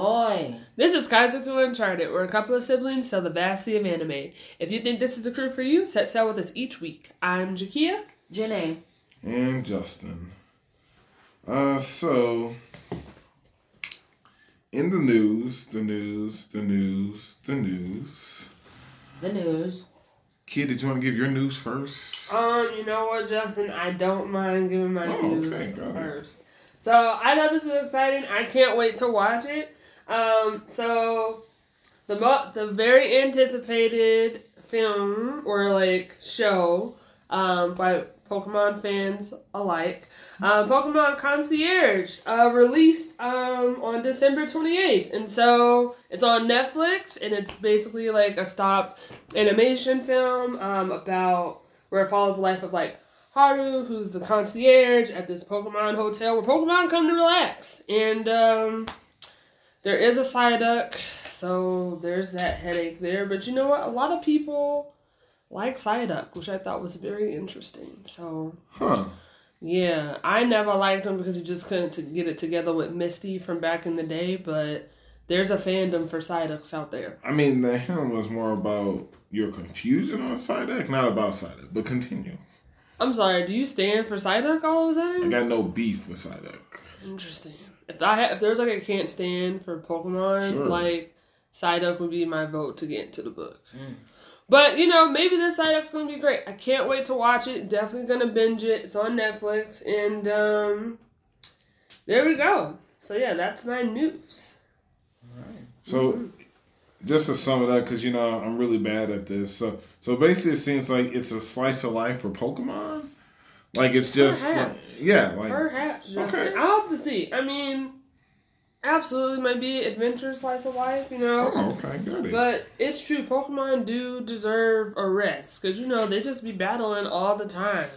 Dang. This is Kaizoku Uncharted. We're a couple of siblings, so the vast sea of anime. If you think this is the crew for you, set sail with us each week. I'm Jakia. Janae. and Justin. Uh, so in the news, the news, the news, the news. The news. Kid, did you want to give your news first? Um, you know what, Justin? I don't mind giving my Oh, news okay, go ahead. first. So I thought this was exciting. I can't wait to watch it. Um, so the mo- the very anticipated film or like show um, by Pokemon fans alike, uh, Pokemon Concierge, uh, released um, on December twenty eighth, and so it's on Netflix, and it's basically like a stop animation film um, about where it follows the life of like Haru, who's the concierge at this Pokemon hotel where Pokemon come to relax. And um, there is a Psyduck, so there's that headache there. But you know what? A lot of people like Psyduck, which I thought was very interesting. So Huh. yeah, I never liked him because he just couldn't to get it together with Misty from back in the day. But there's a fandom for Psyducks out there. I mean, the hymn was more about your confusion on Psyduck, not about Psyduck, but continue. I'm sorry, do you stand for Psyduck all of a sudden? I got no beef with Psyduck. Interesting. If I ha- if there's like a can't stand for Pokemon, Sure. like Psyduck would be my vote to get into the book. Mm. But you know, maybe this Psyduck's gonna be great. I can't wait to watch it. Definitely gonna binge it. It's on Netflix, and um, there we go. So yeah, that's my news. So, just to sum it up, because you know I'm really bad at this. So, so basically, it seems like it's a slice of life for Pokemon. Like it's just, like- Perhaps. yeah, like Perhaps Justin. Okay. I'll have to see. I mean, absolutely might be adventure slice of life. You know. oh, okay, got it. But it's true, Pokemon do deserve a rest because you know they just be battling all the time,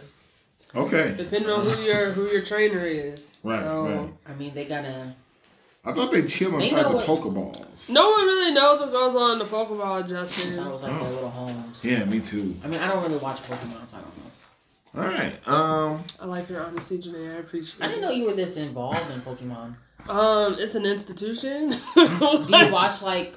Okay, depending on who your who your trainer is. Right, so right. I mean, they gotta. I thought they chill They inside know the what- Pokeballs. no one really knows what goes on in the Pokeball, I thought it Justin. was like their little homes. Yeah, me too. I mean, I don't really watch Pokemon, so I don't know. All right. Um. I like your honesty, Janae. I appreciate. I didn't know you were this involved in Pokemon. know. Um, it's an institution. Do you watch like?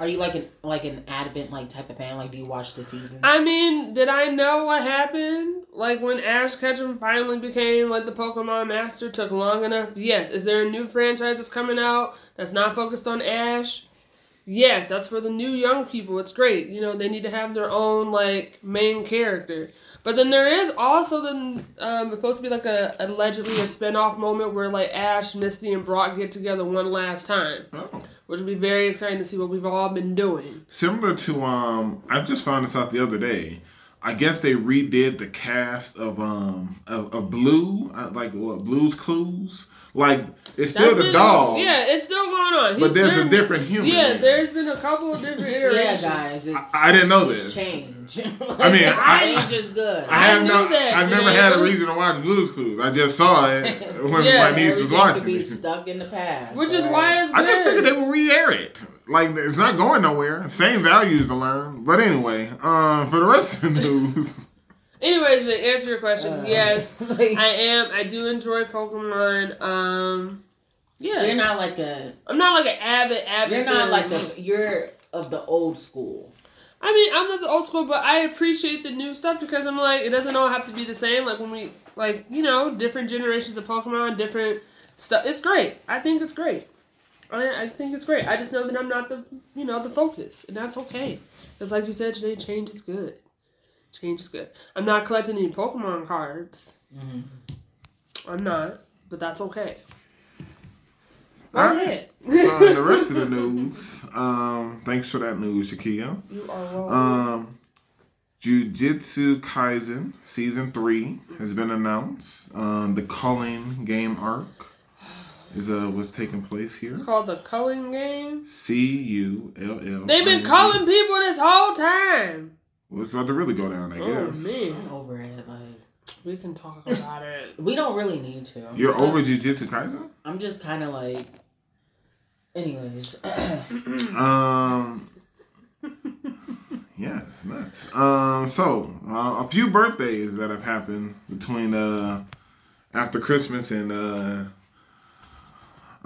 Are you like an like an advent like type of fan? Like, do you watch the seasons? I mean, did I know what happened? Like when Ash Ketchum finally became like the Pokemon Master took long enough? Yes. Is there a new franchise that's coming out that's not focused on Ash? Yes, that's for the new young people. It's great. You know, they need to have their own like main character. But then there is also the um supposed to be like a allegedly a spinoff moment where like Ash, Misty, and Brock get together one last time, oh. which would be very exciting to see what we've all been doing. Similar to um, I just found this out the other day. I guess they redid the cast of um of, of Blue, uh, like what, Blue's Clues. Like it's still That's the been- dog, Yeah, it's still going on. He's but there's a literally- different human. Yeah, in it. there's been a couple of different yeah, iterations. guys, I, it's, I didn't know it's this. change. I mean, I- change is good. I have knew no. that, I've never man. had a reason to watch Blue's Clues. I just saw it when Yes. my niece was Everything could watching. be it. stuck in the past, Which is right? why it's good. I just figured they would re-air it. Like it's not going nowhere. Same values to learn. But anyway, um, for the rest of the news, Anyways, to answer your question, Uh, yes, like- I am. I do enjoy Pokemon. Um, yeah, So you're not like a I'm not like an avid avid. you're not fan. like a you're of the old school. I mean, I'm not the old school, but I appreciate the new stuff because I'm like, it doesn't all have to be the same. Like when we, like you know, different generations of Pokemon, different stuff. It's great. I think it's great. I, I think it's great. I just know that I'm not the, you know, the focus, and that's okay. Because like you said today, change is good. Change is good. I'm not collecting any Pokemon cards. Mm-hmm. Mhm. I'm not, but that's okay. Go All ahead. right. uh, the rest of the news. Um, thanks for that news, Shakia. You are wrong. Um, Jujutsu Kaisen season three has been announced. Um, the Culling game arc is uh what's taking place here. it's called the culling game. C U L L. They've been calling people this whole time. Well, it's about to really go down, I Oh guess. man, I'm over it. Like we can talk about it. we don't really need to. I'm You're just- over Jujutsu Kaisen. I'm just kind of like. Anyways, Um, yeah, it's nuts. Um, so uh, a few birthdays that have happened between uh after Christmas and uh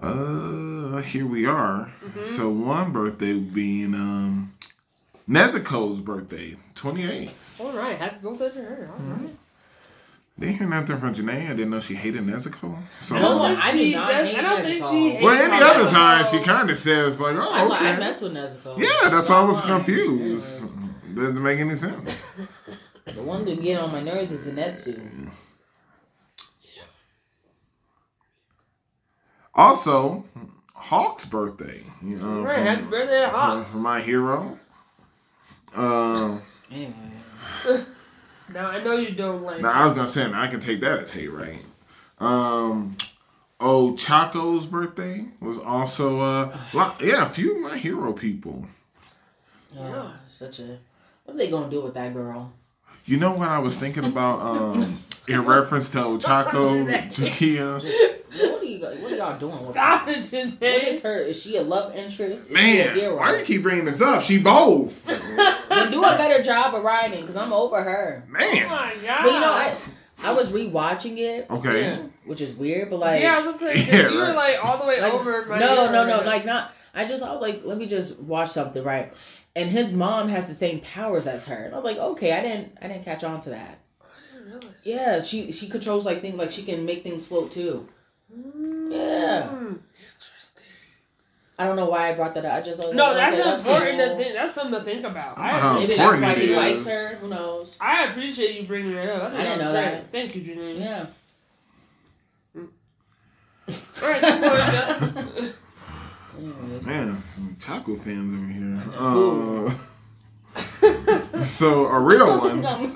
uh, here we are. Mm-hmm. So one birthday being um, Nezuko's birthday, 28. All right, happy birthday to her. All right. Mm-hmm. Didn't hear nothing from Janae. I didn't know she hated Nezuko. So I don't I like- don't I think did she not does- hate I don't think Nezuko. she hates well, it's any all other Nezuko. time she kind of says like, I, oh, li- I okay. mess with Nezuko. Yeah, that's why I was So, like, confused. Doesn't make any sense. yeah. The one that get on my nerves is Zenetsu. Also, Hawk's birthday. You know, All right, from- happy birthday to from- Hawks. from my hero. Um, Anyway, Now I know you don't like. now I was gonna say, now I can take that as hate, right? Um, oh, Chaco's birthday was also uh, lot, yeah, a few of my hero people. yeah, Yeah. such a. What are they gonna do with that girl? You know what I was thinking about um, in reference to Chaco, Jakia. Just what are you? go- What are y'all doing? With her? Stop it, Janae. What is her? Is she a love interest? Is she a Man, hero? why do you keep bringing this up? She both. Then do a better job of writing, cause I'm over her. Oh Man. my god. But you know, I I was rewatching it, Okay. Yeah. which is weird, but like yeah, that's like Yeah, you were right. like all the way Like, over. By the no, end no, of no. it. Like not. I just I was like, let me just watch something, right? And his mom has the same powers as her. And I was like, okay, I didn't I didn't catch on to that. I didn't realize. Yeah, she she controls like things like she can make things float too. Yeah. Mm, Interesting. I don't know why I brought that up. I just No, that's okay, important to cool. think. That's something to think about. I, Uh-huh. Maybe that's why Important he it likes is. her. Who knows? I appreciate you bringing it up. I, think I didn't that's know great. that. Thank you, Janine. Yeah. All right, keep going, Mm-hmm. Anyway. Man, some Chaco fans over here. Ooh. Uh, Doug. so a real one. I'm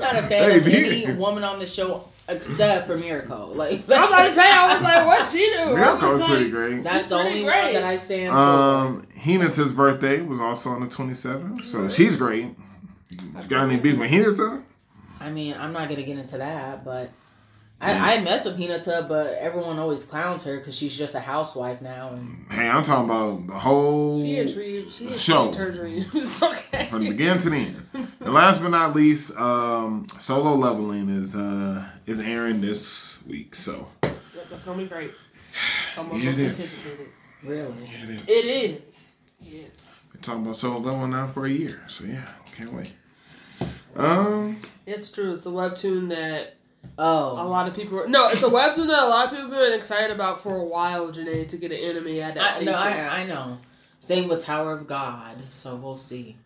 not a fan Hey, of B. any woman on the show except for Miracle. Like I'm about to say, I was like, what she do? I Miracle was like, pretty great. that's She's the pretty only great. one that I stand Um, Hinata's birthday was also on the 27th, so she's great. You got any beef with Hinata? for. I mean, I'm not gonna get into that, but Mm. Yeah. I, I mess with Hinata, but everyone always clowns her because she's just a housewife now. And Hey, I'm talking about the whole She intrigued. She Show. intrigued her dreams. okay. from the beginning to the end. And last but not least, um, solo leveling is uh is airing this week, so Look, That's gonna be great. Someone It most is. anticipated. really, it is. It is. Yes. Been talking about solo leveling now for a year, so yeah, can't wait. Um, It's true. It's a webtoon that a oh, lot of people. Were, no, it's a webtoon that a lot of people have been excited about for a while, Janae, to get an anime I, adaptation. no, I, I know. Same with Tower of God, so we'll see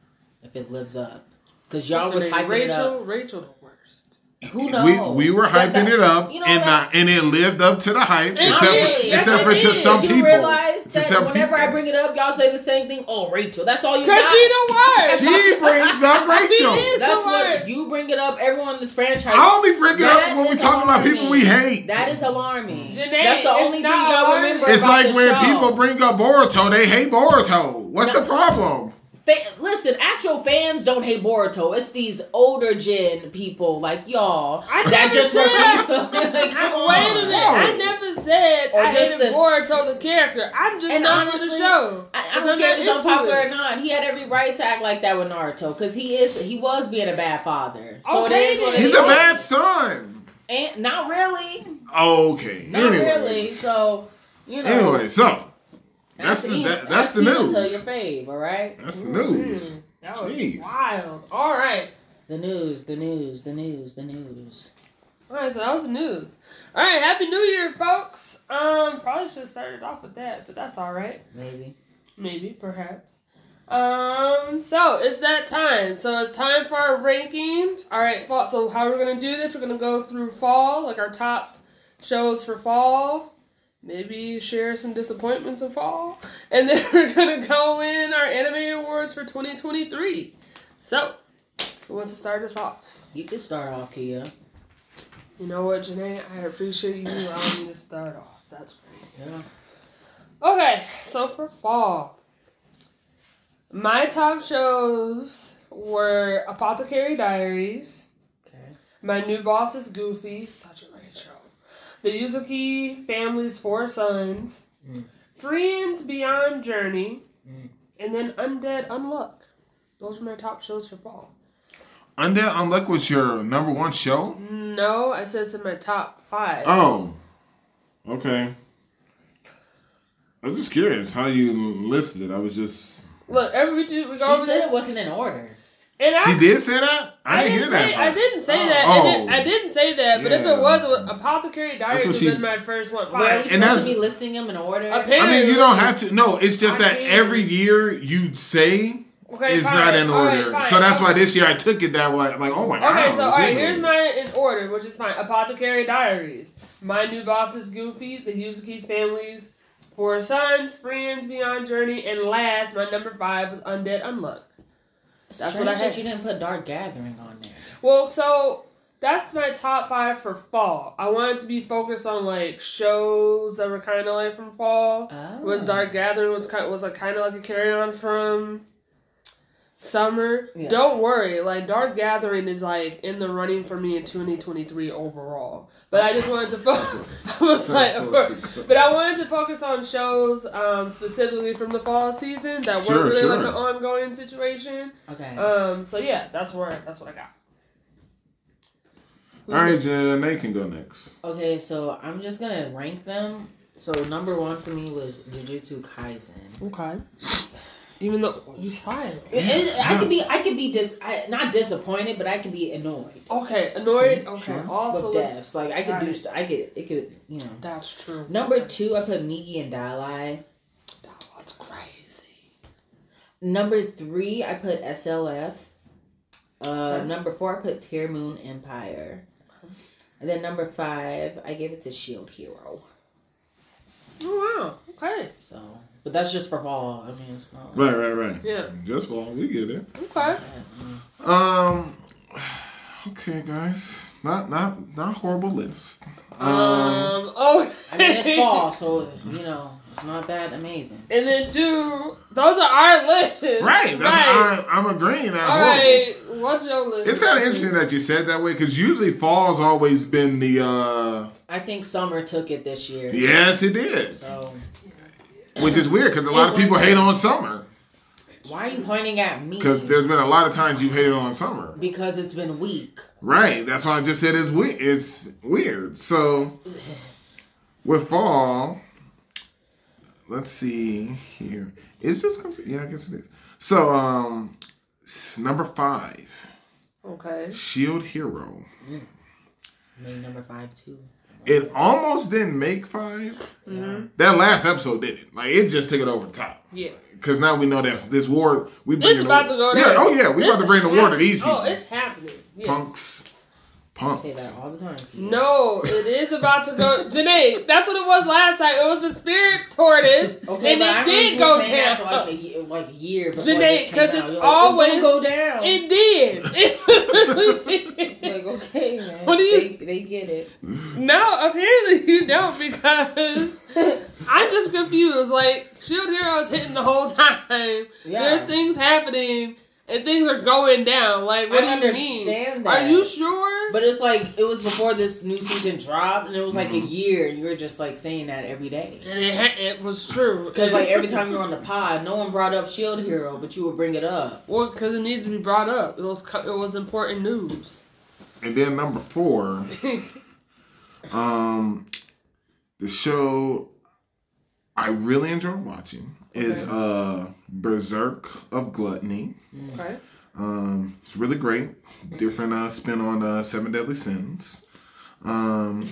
if it lives up. Cause y'all What's was her name? hyping Rachel. it Rachel, the worst. up. Who we, knows? we were That- hyping that- it up, you know and that- not, and it lived up to the hype, It except did. for, Yes, except it for to did. some Did you people. realize that some whenever people. I bring it up, y'all say the same thing? Oh, Rachel. That's all you Cause got. she the worst. She brings up Rachel. She is. That's the what word. you bring it up. Everyone in this franchise. I only bring it That up when we is talk about people we hate. That is alarming. Janae, That's the it's only thing not y'all alarming. remember. it's about like the when show. people bring up Boruto, they hate Boruto. What's No. the problem? Fa- listen, actual fans don't hate Boruto. It's these older gen people like y'all I that never just said- refuse to. like, I- come on. wait a minute. I Whoa. never said Or I just hated the- Boruto the character. I'm just And not for the honestly, show. I, I I'm don't care not if it's on into popular it. or not. He had every right to act like that with Naruto because he is he was being a bad father. So Okay, it is what it He's is. a bad son. And not really, Okay. not anyway. really. So you know. Anyway, so that's ask the Ian- that, that's ask the Ian to Tell your news. fave, all right? That's the news. Mm, That was Jeez. wild. All right. The news, the news, the news, the news. All right, so that was the news. All right, happy New Year, folks. Um, probably should have started off with that, but that's all right. Maybe. Maybe, perhaps. Um, so it's that time. So it's time for our rankings. All right, fall. So how we're gonna do this? We're gonna go through fall, like our top shows for fall. Maybe share some disappointments of fall, and then we're gonna go in our anime awards for 2023. So, who wants to start us off? You can start off, Kia. You know what, Janae? I appreciate you allowing me to start off. That's great. Yeah. Okay, so for fall, my top shows were Apothecary Diaries, Okay. My New Boss is Goofy, such a great show, The Yuzuki Family's Four Sons, Mm. Friends Beyond Journey, Mm. and then Undead Unluck. Those were my top shows for fall. Undead Unluck was your number one show? Uh, No, I said it's in my top five. Oh. Okay. I was just curious how you listed it. I was just. Look, every we do we She go over said this, it wasn't in order. and I She did say that. I, didn't hear say, that. I part. didn't say Oh. that. and it- Oh. I didn't say that. But if Yeah. it was, it was Apothecary Diaries what was she- in my first one. Where are we Fine. supposed that's- to be listing them in order? Apparently- I mean, you don't have to. No, it's just I that mean- every year you say Okay, it's fine. not in All right, order. fine. so that's Okay. why this year I took it that way. Like, oh my god. Okay, this so all right, is here's order. my in order, which is fine. Apothecary Diaries. My new boss is Goofy. The Yuzuki families. Four sons, friends, beyond journey, and last, my number five was Undead Unluck. That's Strange what I that had. You didn't put Dark Gathering on there. Well, so that's my top five for fall. I wanted to be focused on like shows that were kind of like from fall. Oh. Was Dark Gathering was kind was like kind of like a carry on from summer. Yeah. Don't worry, like Dark Gathering is like in the running for me in 2023 overall. But I just wanted to focus. I was like, of course. but I wanted to focus on shows um, specifically from the fall season that weren't Sure, really like sure. an ongoing situation. Okay. Um, so yeah, that's where that's what I got. Who's All right, next? Jen, they can go next. okay, so I'm just gonna rank them. So number one for me was Jujutsu Kaisen. Okay. Even though you silent. It's- I could be, I could be dis, I, not disappointed, but I could be annoyed. Okay, annoyed. Okay, Sure. also with devs, like I could do, Right. st- I could, it could, you know. that's true. Number two, I put Miki and Dalai. That's crazy. Number three, I put SLF. Uh, Okay. Number four, I put Tear Moon Empire. And then number five, I gave it to Shield Hero. Oh wow. Okay. So, but that's just for fall. I mean, it's not. Right, right, right. Yeah. Just long, we get it. Okay. Um. Okay, guys. Not not not horrible list. Um. Um. oh. I mean, it's fall, so you know, it's not that amazing. And then two. Those are our lists. right. That's, right. I'm, I'm agreeing. Not All horrible. right. What's your list? It's kind of interesting that you said that way because usually fall's always been the. uh I think summer took it this year. Yes, it is, So which is weird because a lot of people hate on summer why are you pointing at me? because there's been a lot of times you've hated on summer. Because it's been weak. Right. That's why I just said it's weird. It's weird. So with fall, let's see here. Is this considered? Yeah, I guess it is. So um, s- number five, Okay. Shield Hero. May number five too. It almost didn't make five. Mhm. That last episode did it. Like it just took it over the top. Yeah. Cause now we know that this war we This bringing about the, to go Yeah. down. Oh yeah, we This about to bring the war to these people. Oh, it's happening. Yes. punks. I Punks. say that all the time. Keith. No, it is about to go. Janae, that's what it was last time. It was the spirit tortoise, Okay, and but I it did remember go saying that down. for like a year, like a year before Janae, this came 'cause out. it's You're like, always- gonna go down. It did. It it's like did. okay, man. What do you- They, they get it. no, apparently you don't because I'm just confused. Like Shield Heroes hitting the whole time. There yeah, are things happening and things are going down. Like what I do you mean? understand Are that. you sure? but it's like it was before this new season dropped, and it was like Mm-hmm. a year, and you were just like saying that every day. and it ha- it was true Because like every time you were on the pod, no one brought up Shield E Hero, but you would bring it up. well because it needed to be brought up. It was co- it was important news. And then number four, um, the show I really enjoy watching is Okay. uh Berserk of Gluttony. okay. Um, it's really great. Different uh, spin on uh, Seven Deadly Sins. Um,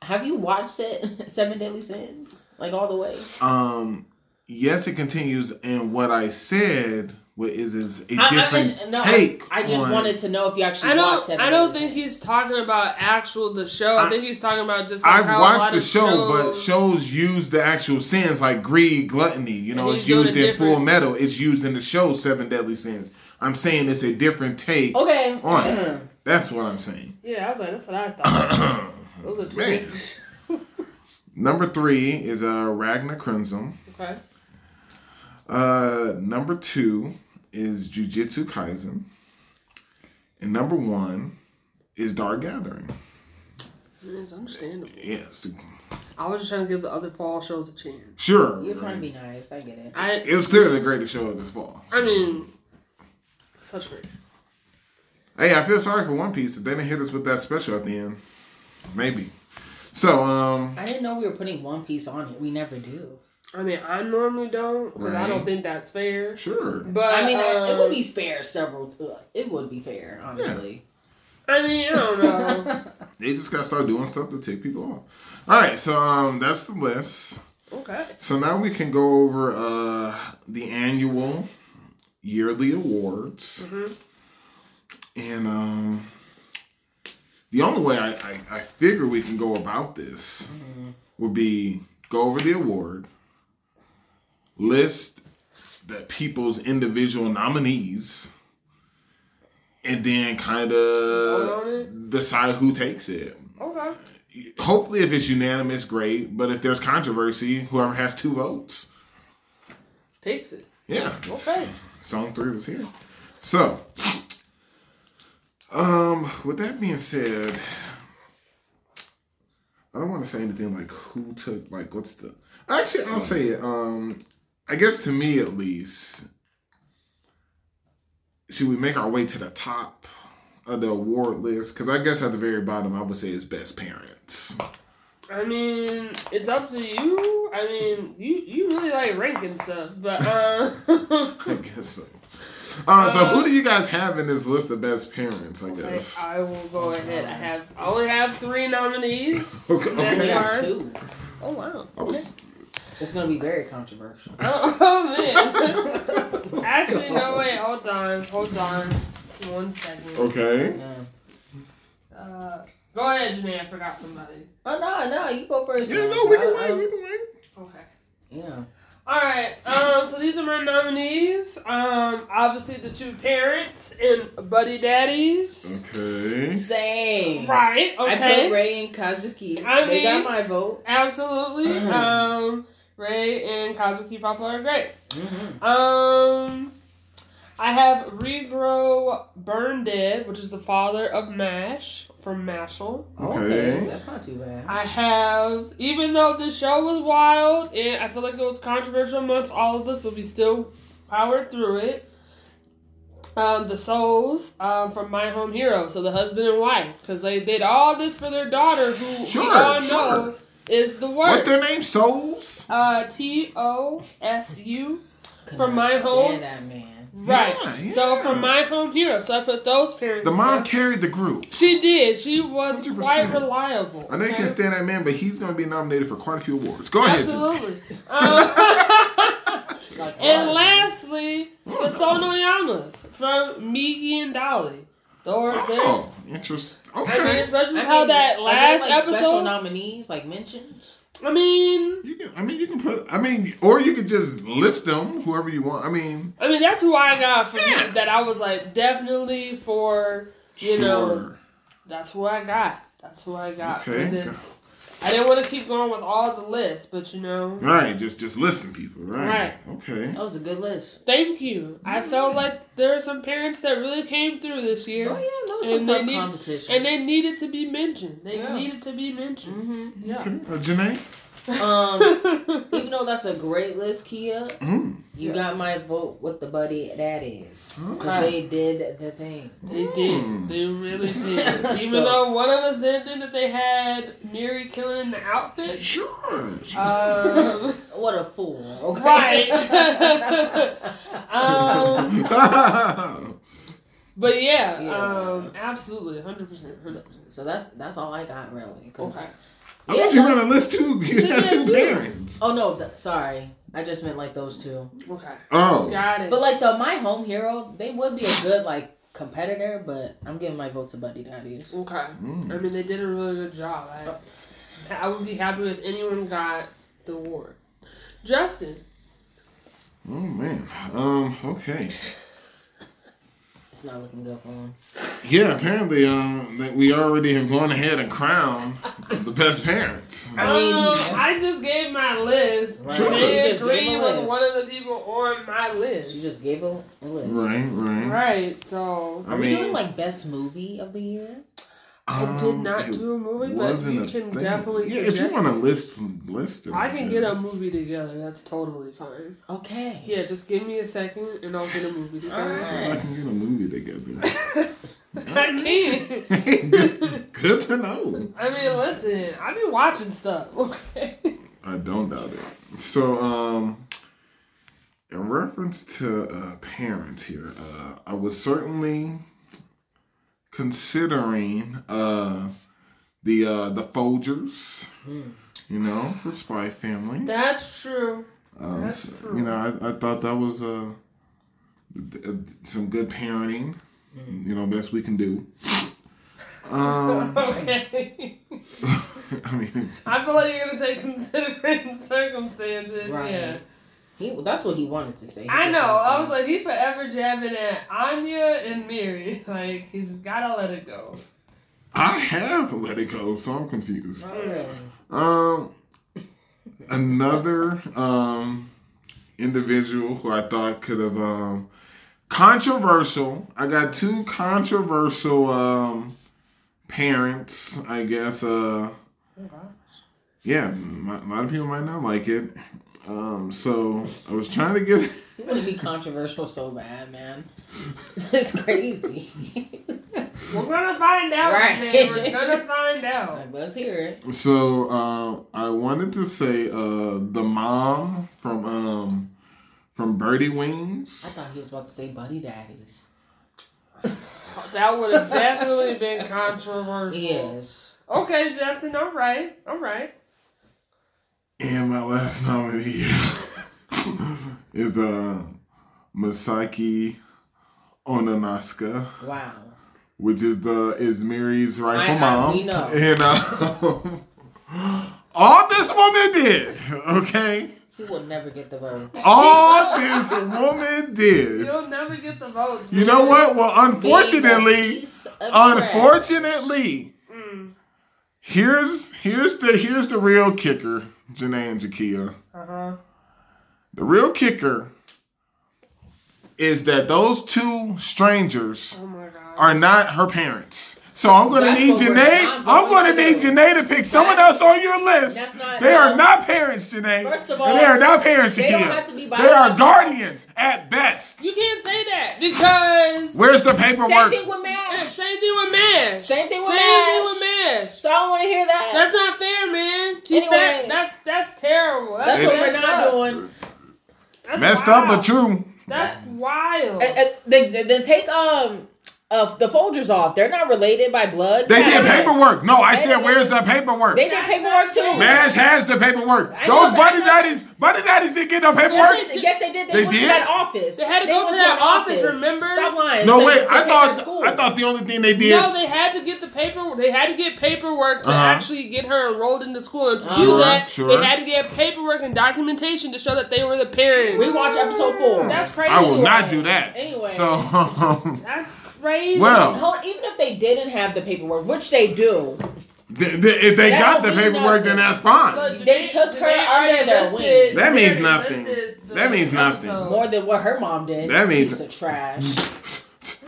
Have you watched it, Seven Deadly Sins, like all the way? um, yes, it continues. And what I said, what is is a I- I different just- no, I- take. I just on- wanted to know if you actually I watched don't. Seven I don't Deadly think Sins. he's talking about actual the show. I, I- think he's talking about just. Like I've how a lot watched the of show, but shows- shows use the actual sins like greed, gluttony. You know, And it's he's doing used it in Full different. Metal. It's used in the show Seven Deadly Sins. I'm saying it's a different take Okay. on it. That's what I'm saying. Yeah, I was like, that's what I thought. Those are two. Man. different- Number three is uh, Ragnar Crimson. Okay. Uh, number two is Jujutsu Kaisen. And number one is Dark Gathering. It's understandable. Yes. I was just trying to give the other fall shows a chance. Sure. You're trying to be nice. I get it. I. It was clearly the greatest show of this fall. I mean, such great. Hey, I feel sorry for One Piece if they didn't hit us with that special at the end. Maybe. So, um, I didn't know we were putting One Piece on it. We never do. I mean, I normally don't because I don't Right. think that's fair. sure. But I mean, I- it um, would be fair several. uh, it would be fair, honestly. I mean, I don't know. They just gotta start doing stuff to take people off. All right, so um, that's the list. okay. So now we can go over uh the annual yearly awards, hmm and um, the only way I, I I figure we can go about this Mm-hmm. Mhm. would be go over the award, list the people's individual nominees, and then kind Vote on of decide who takes it. Okay. Hopefully, if it's unanimous, great. But if there's controversy, whoever has two votes, Takes it. yeah, Okay. Song three was here. So, um, with that being said, I don't want to say anything like who took like what's the. Actually, I'll say it. Um, I guess to me at least, should we make our way to the top of the award list? Because I guess at the very bottom, I would say it's best parents. I mean, it's up to you. I mean, you you really like ranking stuff, but uh, I guess so. Uh, so who do you guys have in this list of best parents? I okay, uh, guess. I will go ahead. I have I only have three nominees. Okay. That's We okay. have hard. two. Oh wow. I was. It's gonna be very controversial. Oh, oh man. Actually, no wait. Hold on. Hold on. One second. Okay. Yeah. Uh, go ahead, Janae. I forgot somebody. Oh no, no, you go first. Yeah, man. no, we can I- wait. I- We can wait. Okay. Yeah. All right. Um. So these are my nominees. Um. Obviously, the two parents and buddy daddies. Okay. Same. Right. Mm-hmm. I put Okay. Ray and Kazuki. I they mean- got my vote. Absolutely. Mhm. Um. Ray and Kazuki Papa are great. Mm-hmm. Um. I have Regrow Burn Dead, which is the father of Mash from Mashal. Okay. Okay. that's not too bad. I have, even though the show was wild and I feel like it was controversial amongst all of us, but we still powered through it. Um, the souls um, from My Home Hero, so the husband and wife, because they did all this for their daughter, who we Sure, all sure. know is the worst. What's their name? Souls. Uh, T O S U. Could from not my stand home- that man. Right. Yeah, yeah. So from My Home Hero, so I put those parents. The mom down. carried the group. She did. She was 100%. quite reliable. I know you okay? can't stand that man, but he's gonna be nominated for quite a few awards. Go ahead. Jimmy. Absolutely. Um, Like, And why? lastly, the Oh. Sonoyamas from Miki and Dolly. They're, they're, Oh, interesting. I mean, Okay. especially I how mean, that are they, last like, Special episode. nominees, like mentions. I mean, You can, I mean, you can put. I mean, or you could just list them, whoever you want. I mean, I mean that's who I got from Yeah. you that I was like definitely for. You sure. know. That's who I got. That's who I got Okay. for this. I didn't want to keep going with all the lists, but you know. Right. Just just listing people. Right. Okay. Oh, That was a good list. Thank you. I Mm. felt like there are some parents that really came through this year, Oh yeah, no, And it's a they tough need- competition. and they needed to be mentioned. They Yeah. needed to be mentioned. hmm Yeah. Okay. Uh, Janae. Um, even though that's a great list, Kia, Mm. you Yeah. got my vote with the buddy that is because Okay. they did the thing. They Mm. Hmm. did. They really did. Even So- though one of us didn't think that they had Miri killing in the outfit. Sure. Uh, sure. Um, What a fool! Okay? Right. um, but yeah, Yeah. um, absolutely, hundred percent, hundred percent. so that's that's all I got really. 'cause- Okay. I thought you were gonna list two. You Yeah, had two two. parents. Oh no, th- sorry, I just meant like those two. Okay, Oh. got it. But like the my home hero, they would be a good like competitor, but I'm giving my vote to Buddy Daddies. okay, Mm. I mean they did a really good job. I, Oh. I would be happy if anyone got the award. Justin, Oh man. Um. Okay. It's not looking good for him. Yeah. Apparently, um, that we already have gone ahead and crowned the best parents. I mean, um, yeah. I just gave my list. Right. Sure. They You just gave agreed a with list. one of the people on my list. She just gave a a list. Right. Right. Right, so Are I we mean, doing like best movie of the year? I did um, not it do a movie, but wasn't you a can thing. definitely Yeah. If you suggest. want to it. list, list. them, I can get a yes. movie together. That's totally fine. Okay. Yeah, just give me a second and I'll get a movie All together. right. So I can get a movie together. I mean, good, good to know. I mean, listen, I be watching stuff. Okay. I don't doubt it. So, um, in reference to uh, parents here, uh, I was certainly considering uh, the uh, the Folgers, Hmm. you know, for Spy Family. That's true. Um, That's so, true. you know, I, I thought that was uh, th- uh, some good parenting. Mm. You know, best we can do. Um, okay. I mean, it's, I feel like you're gonna say considering circumstances. Right. Yeah. He, that's what he wanted to say. He I just know. I was wanted like, he forever jabbing at Anya and Miri. Like, he's gotta let it go. I have let it go, so I'm confused. to say- Oh, really? Um, another um individual who I thought could have um controversial. I got two controversial um parents, I guess. Uh, yeah, m- a lot of people might not like it. Um, so I was trying to get. You want to be controversial so bad, man. It's crazy. We're gonna find out. Right. Today. We're gonna find out. Like, let's hear it. So uh, I wanted to say uh, the mom from um from Birdie I Wings. thought he was about to say buddy daddies. That would have definitely been controversial. Yes. Okay, Justin. All right. All right. And my last nominee is uh, Masaki Onanaska, Wow. which is the is Mary's rightful I- I- mom. we know. And uh, all this woman did, okay, He will never get the vote. all this woman did. You'll never get the votes. You know what? Well, Being a unfortunately, piece of trash. unfortunately, Mm. here's here's the here's the real kicker, Janae and Jakia. Uh huh. The real kicker is that those two strangers Oh my god. are not her parents. So I'm gonna That's need what we're Janae. not I'm gonna going to need do. Janae to pick someone else on your list. That's not- they are no. not parents, Janae. First of And they all, are not parents, They don't have Jakia. to be They are biological. guardians at best. You can't say that because Where's the Same paperwork? thing with Mash. same thing with Mash. Same thing with same thing Mash. with Mash. So I don't want to hear that. That's not fair, man. He Anyways. fat- that's that's terrible. That's, That's what we're messed not up. doing. That's Messed up, wild. but true. That's wild. Uh, uh, Then then take um uh, the Folgers off. They're not related by blood. They Yeah. did paperwork. No, I They said, did- where's the paperwork? They did paperwork too. Mash has the paperwork. I know, Those but buddy I know- daddies, buddy daddies didn't get no paperwork. Yes, they, yes, they did. They, They went to did? that office. They had to go went to that an office, remember? Stop lying. No To- wait, to I take her to thought school. I thought the only thing they did. No, they had to get the paper. They had to get paperwork to Uh-huh. actually get her enrolled into school, and to Sure, do that, sure. they had to get paperwork and documentation to show that they were the parents. Rewatch episode Hmm. four. That's crazy. I will not do that. Anyway. So um, That's crazy. Well, Hold- even if they didn't have the paperwork, which they do, th- th- if they That got the don't mean paperwork, then nothing. that's fine. Look, They took her already under their listed- wing. That means they nothing. listed the That means nothing. episode. more than what her mom did. That means- piece of trash.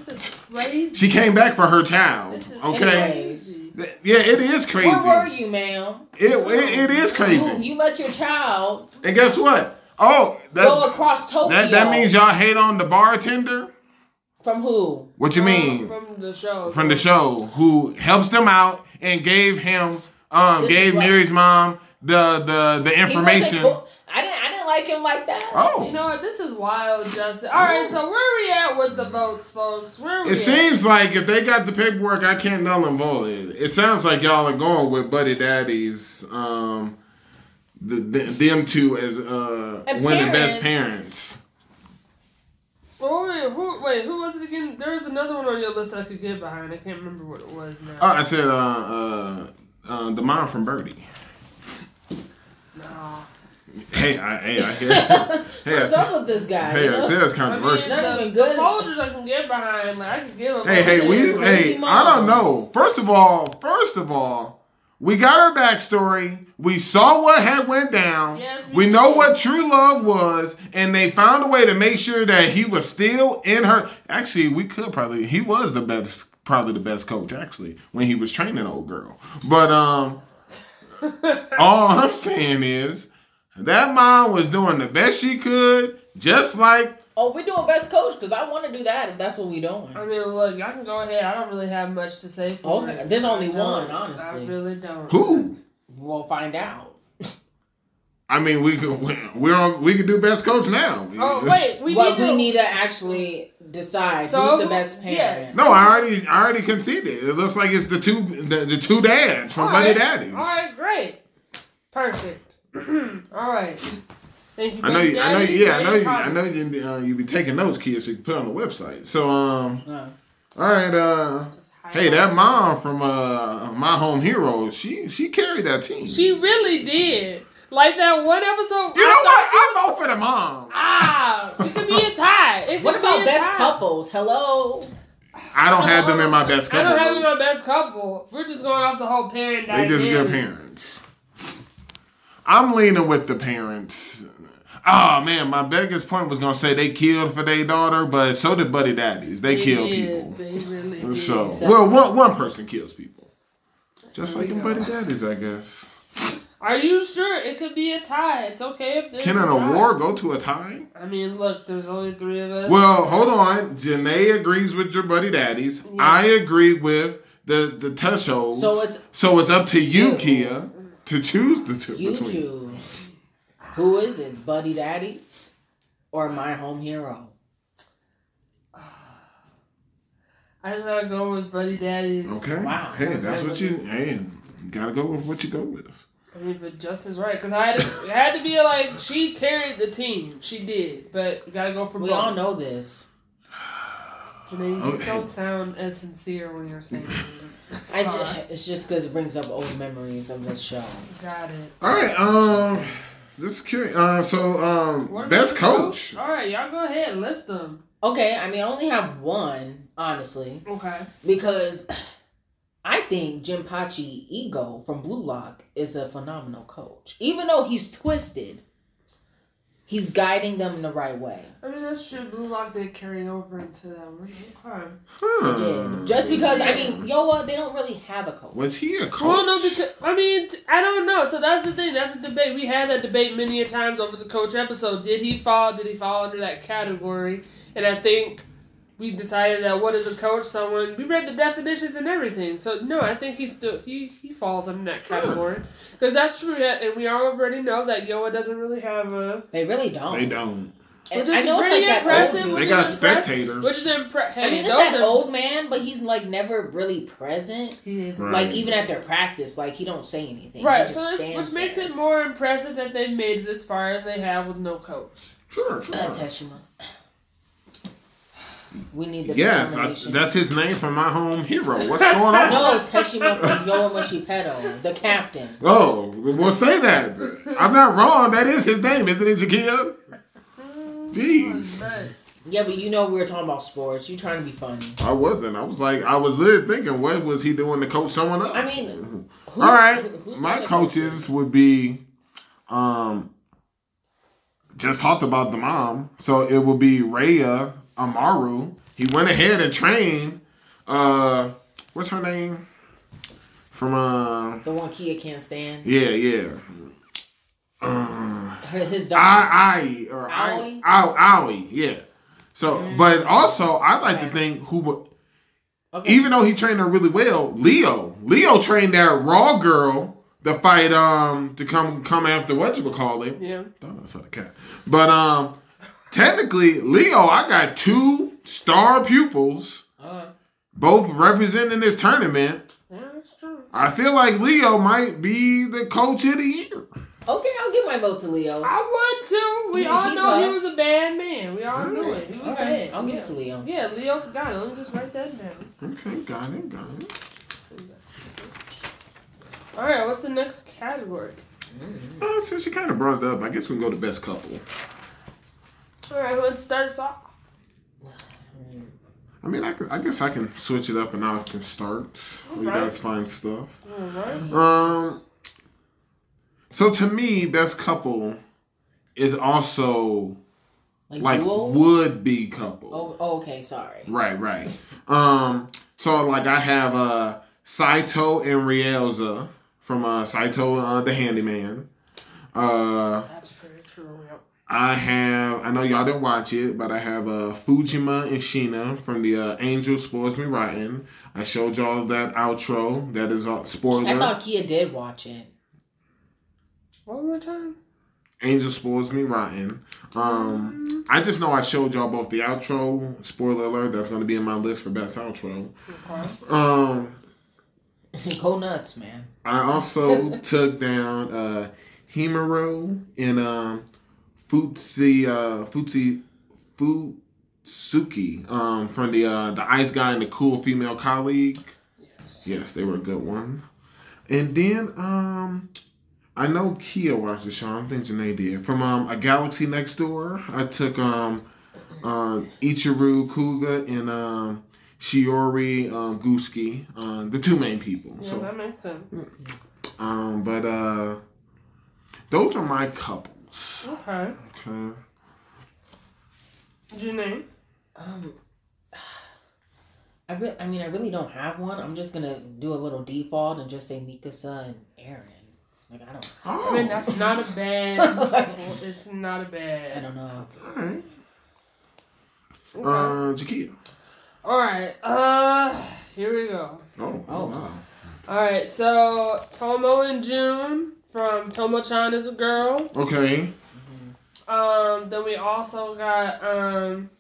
This is crazy. She came back for her child. This is Okay. crazy. Th- Yeah, it is crazy. Where were you, ma'am? It, it, it is You, crazy. you let your child And guess what? Oh, go that, across Tokyo. that that means y'all hate on the bartender. from who? What you Uh, mean? From the show. From the show, who helps them out and gave him, This um, is gave what- Mary's mom the the the He wasn't information. cool. I didn't. I didn't like him like that. You Oh, know what? This is wild, Justin. All right, so where we at with the votes, folks? Where we It at? seems like if they got the paperwork, I can't null and void it. It sounds like y'all are going with Buddy Daddy's, um, the, the, them two as uh, And winning best parents. Oh, wait, who, wait, who was it again? There was another one on your list I could get behind. I can't remember what it was now. Oh, I said uh, uh, uh, the mom from Birdie. no. Hey, I, hey, I hear. hey, I What's up said, with this guy? hey, you I know? said it's I mean, controversial. Not the, even good. The folders I can get behind. Like, I can give them. Hey, hey, we, Crazy hey, I moms. don't know. First of all, first of all. We got her backstory. We saw what had went down. Yes, we we know did. what true love was, and they found a way to make sure that he was still in her. Actually, we could probably he was the best, probably the best coach actually when he was training old girl. But um, all I'm saying is that mom was doing the best she could, just like Oh, we're doing best coach because I want to do that if that's what we're doing. I mean, look, y'all can go ahead. I don't really have much to say. For Okay, it. there's only I don't. one, honestly. I really don't. Who? We'll find out. I mean, we could we're all, we could do best coach now. Oh wait, we well, need we to. need to actually decide So, who's the who- best parent. yes. No, I already I already conceded. It looks like it's the two the, the two dads from All Buddy right. Daddies. All right, great, perfect. all right. Thank you. I know Big you. I know. Daddy. you- Yeah, I know. Great You, I project. know you. Uh, you be taking those kids to put on the website. So, um, Uh, all right. Uh, Just hey, highlight. that mom from uh, my home hero. She she carried that team. She really did. Like that one episode. you know what? thought I vote for the mom. she- ah, it could be a tie. It could what be about a best tie. couples? Hello. I don't have them in my best I couple. don't have them in though. my best couple. We're just going off the whole parent. They just dynamic. good parents. I'm leaning with the parents. Oh man, my biggest point was gonna say they killed for their daughter, but so did Buddy Daddies. They, They killed did. people. They really did. So, So- well, one one person kills people, just There like we in go. Buddy Daddies, I guess. Are you sure it could be a tie? It's okay if there's Can a an tie. award go to a tie? I mean, look, there's only three of us. Well, hold on. Janae agrees with your Buddy Daddies. Yeah. I agree with the the Tushos. So it's so it's up to you, you. Kia, to choose the two you between. choose. Who is it, Buddy Daddies or My Home Hero? I just gotta go with Buddy Daddy's. Okay. Wow. Hey, that's what you. Hey, you gotta go with what you go with. I mean, but Justin's right because I had to, it had to be like she carried the team. She did, but you gotta go for We both. all know this. Janae, you just Okay. don't sound as sincere when you're saying. it. I ju- Sorry. it's just because it brings up old memories of this show. Got it. All right. Um, this is curious. Um, so um, What best about coach. All right, y'all go ahead list them. Okay, I mean, I only have one, honestly, Okay. because I think Jim Pachi Ego from Blue Lock is a phenomenal coach. Even though he's twisted, he's guiding them in the right way. I mean that's true. Blue Lock did carry over into them. Okay. He Hmm. did. Just because, I mean, Yoa, they don't really have a coach. was he a coach? Well, no, because I mean t- I don't know. So that's the thing. That's a debate. We had that debate many a times over the coach episode. Did he fall? Did he fall under that category? And I think we decided that what is a coach? Someone we read the definitions and everything. So no, I think he still he he falls under that category because that's true. That and we already know that Yoa doesn't really have a They really don't. they don't. And Which I is know it's pretty like that impressive, old dude. which is They got impressive, spectators. which is impressive. I mean, it's that old man, but he's like never really present. He is Right. Like even at their practice, like he don't say anything. He Right, just so it's, stands which makes there. it more impressive that they made it as far as they have with no coach. Sure. sure. Uh, Teshima. We need the Yes, I, determination. that's his name from my home hero. What's going on? no, Teshima from Yoa Mushipedo, the captain. Oh, we'll say that. I'm not wrong. That is his name, isn't it, Jakia? Jeez. Yeah, but you know we were talking about sports. You trying to be funny. I wasn't. I was like, I was literally thinking, what was he doing to coach someone up? I mean, who's, all right. who- who's My other coaches would be, um, just talked about the mom, so it would be Raya Amaru. He went ahead and trained. Uh, what's her name? From uh, The one Kia can't stand. yeah, yeah. Um, Her, his dog. I, I, or I, Owie? Ow, Owie, yeah. So, but also, I like to Mm. Okay. think who, would- okay. even though he trained her really well, Leo, Leo trained that raw girl to fight, um, to come come after what you would call it. Yeah. Don't know, it's not a cat. But um, technically, Leo, I got two star pupils, Uh, both representing this tournament. Yeah, that's true. I feel like Leo might be the coach of the year. okay, I'll give my vote to Leo. I would too. We He- all he know tough. he was a bad man. We all knew it. He was Okay, bad. I'll yeah. give it to Leo. Yeah, Leo got it. Let me just write that down. Okay, got it, got it. All right, what's the next category? Uh, since you kind of brought it up, I guess we can go to best couple. All right, let's start us off. I mean, I, could, I guess I can switch it up and I can start. You Alright. guys find stuff. All right. Um. So to me, best couple is also Like, like duo? would be couple. Oh, oh, okay, sorry. Right, right. Um. So like I have uh Saito and Rielza from uh Saito uh, the Handyman. Uh. That's very true. Yep. I have, I know y'all didn't watch it, but I have uh, Fujima and Sheena from the uh, Angel Spoils Me Rotten. I showed y'all that outro. That is a spoiler. I thought Kia did watch it. One more time. Angel Spoils Me Rotten. Mm. Um, I just know I showed y'all both the outro. Spoiler alert, that's going to be in my list for best outro. Um, Go nuts, man. I also took down uh Himuro and um Futsi uh Futsi Futsuki um from the uh the ice guy and the cool female colleague. Yes. Yes, they were a good one. And then um I know Kia watched the show, I don't think Janae did. From um A Galaxy Next Door, I took um um Ichiru Kuga and um Shiori um, Guski, um, the two main people. Yeah, so that makes sense. um, but uh, those are my couples. Okay. Okay. Janae. Um, I re- I mean, I really don't have one. I'm just gonna do a little default and just say Mikasa and Aaron. Like I don't, Oh, I mean, that's not a bad. it's not a I bad. don't know. all right. Okay. Uh, Jakia. All right. Uh, here we go. Oh, Oh. wow. All right. So Tomo and June from Tomo Chan is a girl. Okay. Um, then we also got um,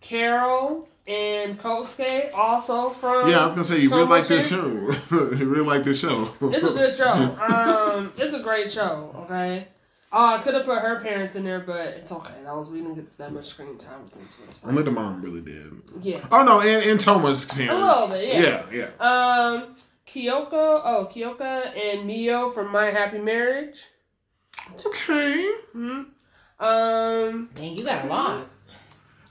Carol and Kosuke also from. Yeah, I was gonna say you really Tom like this show. you really like this show. It's a good show. Um, it's a great show. Okay. Oh, I could have put her parents in there, but it's okay. That was we didn't get that much screen time with them, so it's fine. Only the mom really did. Yeah. Oh no, and, and Thomas parents. bit, yeah. Yeah, yeah. Um, Kyoko. Oh, Kyoka and Mio from My Happy Marriage. It's okay. Hmm. Um. Dang, you got a lot.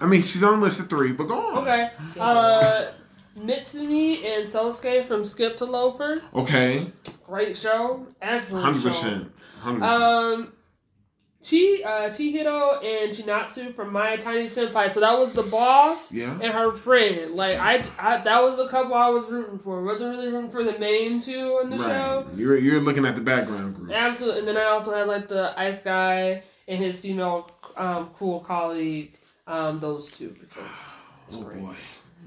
I mean, she's on list of three, but go on. Okay. Seems a lot. Uh, Mitsumi and Sosuke from Skip to Loafer. Okay. Great show. Excellent Hundred show. percent. Hundred percent. Um, Chi, uh, Chihiro and Chinatsu from My Tiny Senpai. So that was the boss Yeah. and her friend. Like I, I, that was a couple I was rooting for. Wasn't really rooting for the main two on the show. You're you're looking at the background group. Absolutely. And then I also had like the ice guy and his female um, cool colleague. Um, those two because it's Oh great. boy.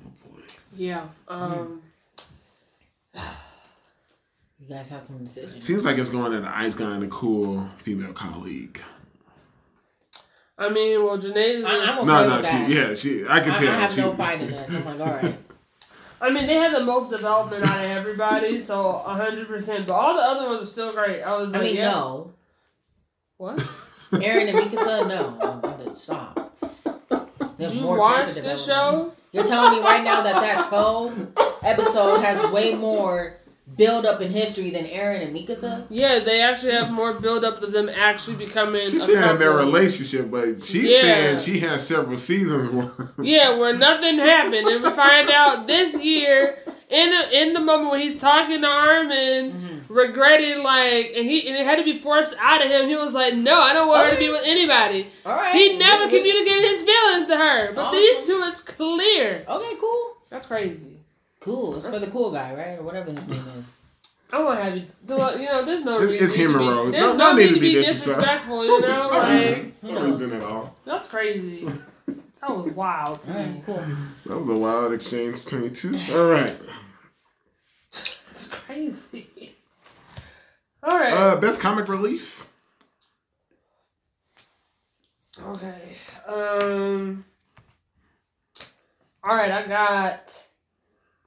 Oh boy. Yeah. Hmm. Um. you guys have some decisions. Seems like it's going to the ice guy and a cool female colleague. I mean, well, Janae is. I- I'm okay No, no, with she, that. yeah, she. I I, can I tell. have she, no fight in this. I'm like, all right. I mean, they had the most development out of everybody, so hundred percent. But all the other ones are still great. I was I like, mean, yeah. no, What? Aaron and Mikasa, no. I'm gonna stop. They have Do you more watch character this development. show? You're telling me right now that that Tome episode has way more build up in history than Aaron and Mikasa? Yeah, they actually have more build up of them actually becoming. She's a saying their couple. relationship, but she's Yeah. saying she has several seasons. worth. Yeah, where nothing happened, and we find out this year in the, in the moment when he's talking to Armin, regretting like, and he and it had to be forced out of him. He was like, "No, I don't want her to be with anybody." All right. He never Okay, communicated his feelings to her, but Awesome. these two, it's clear. Okay, cool. That's crazy. Cool. It's for the cool guy, right? Or whatever his name is. I won't have you. the- You know, there's no It's- reason. it's to be- Hemorrhoid. There's No- no need to be disrespectful. You know, No like reason. who No knows? reason at all. that's crazy. That was wild. to All me. right, cool. That was a wild exchange between the two. All right. It's crazy. All right. Uh, best comic relief. Okay. Um. All right, I got.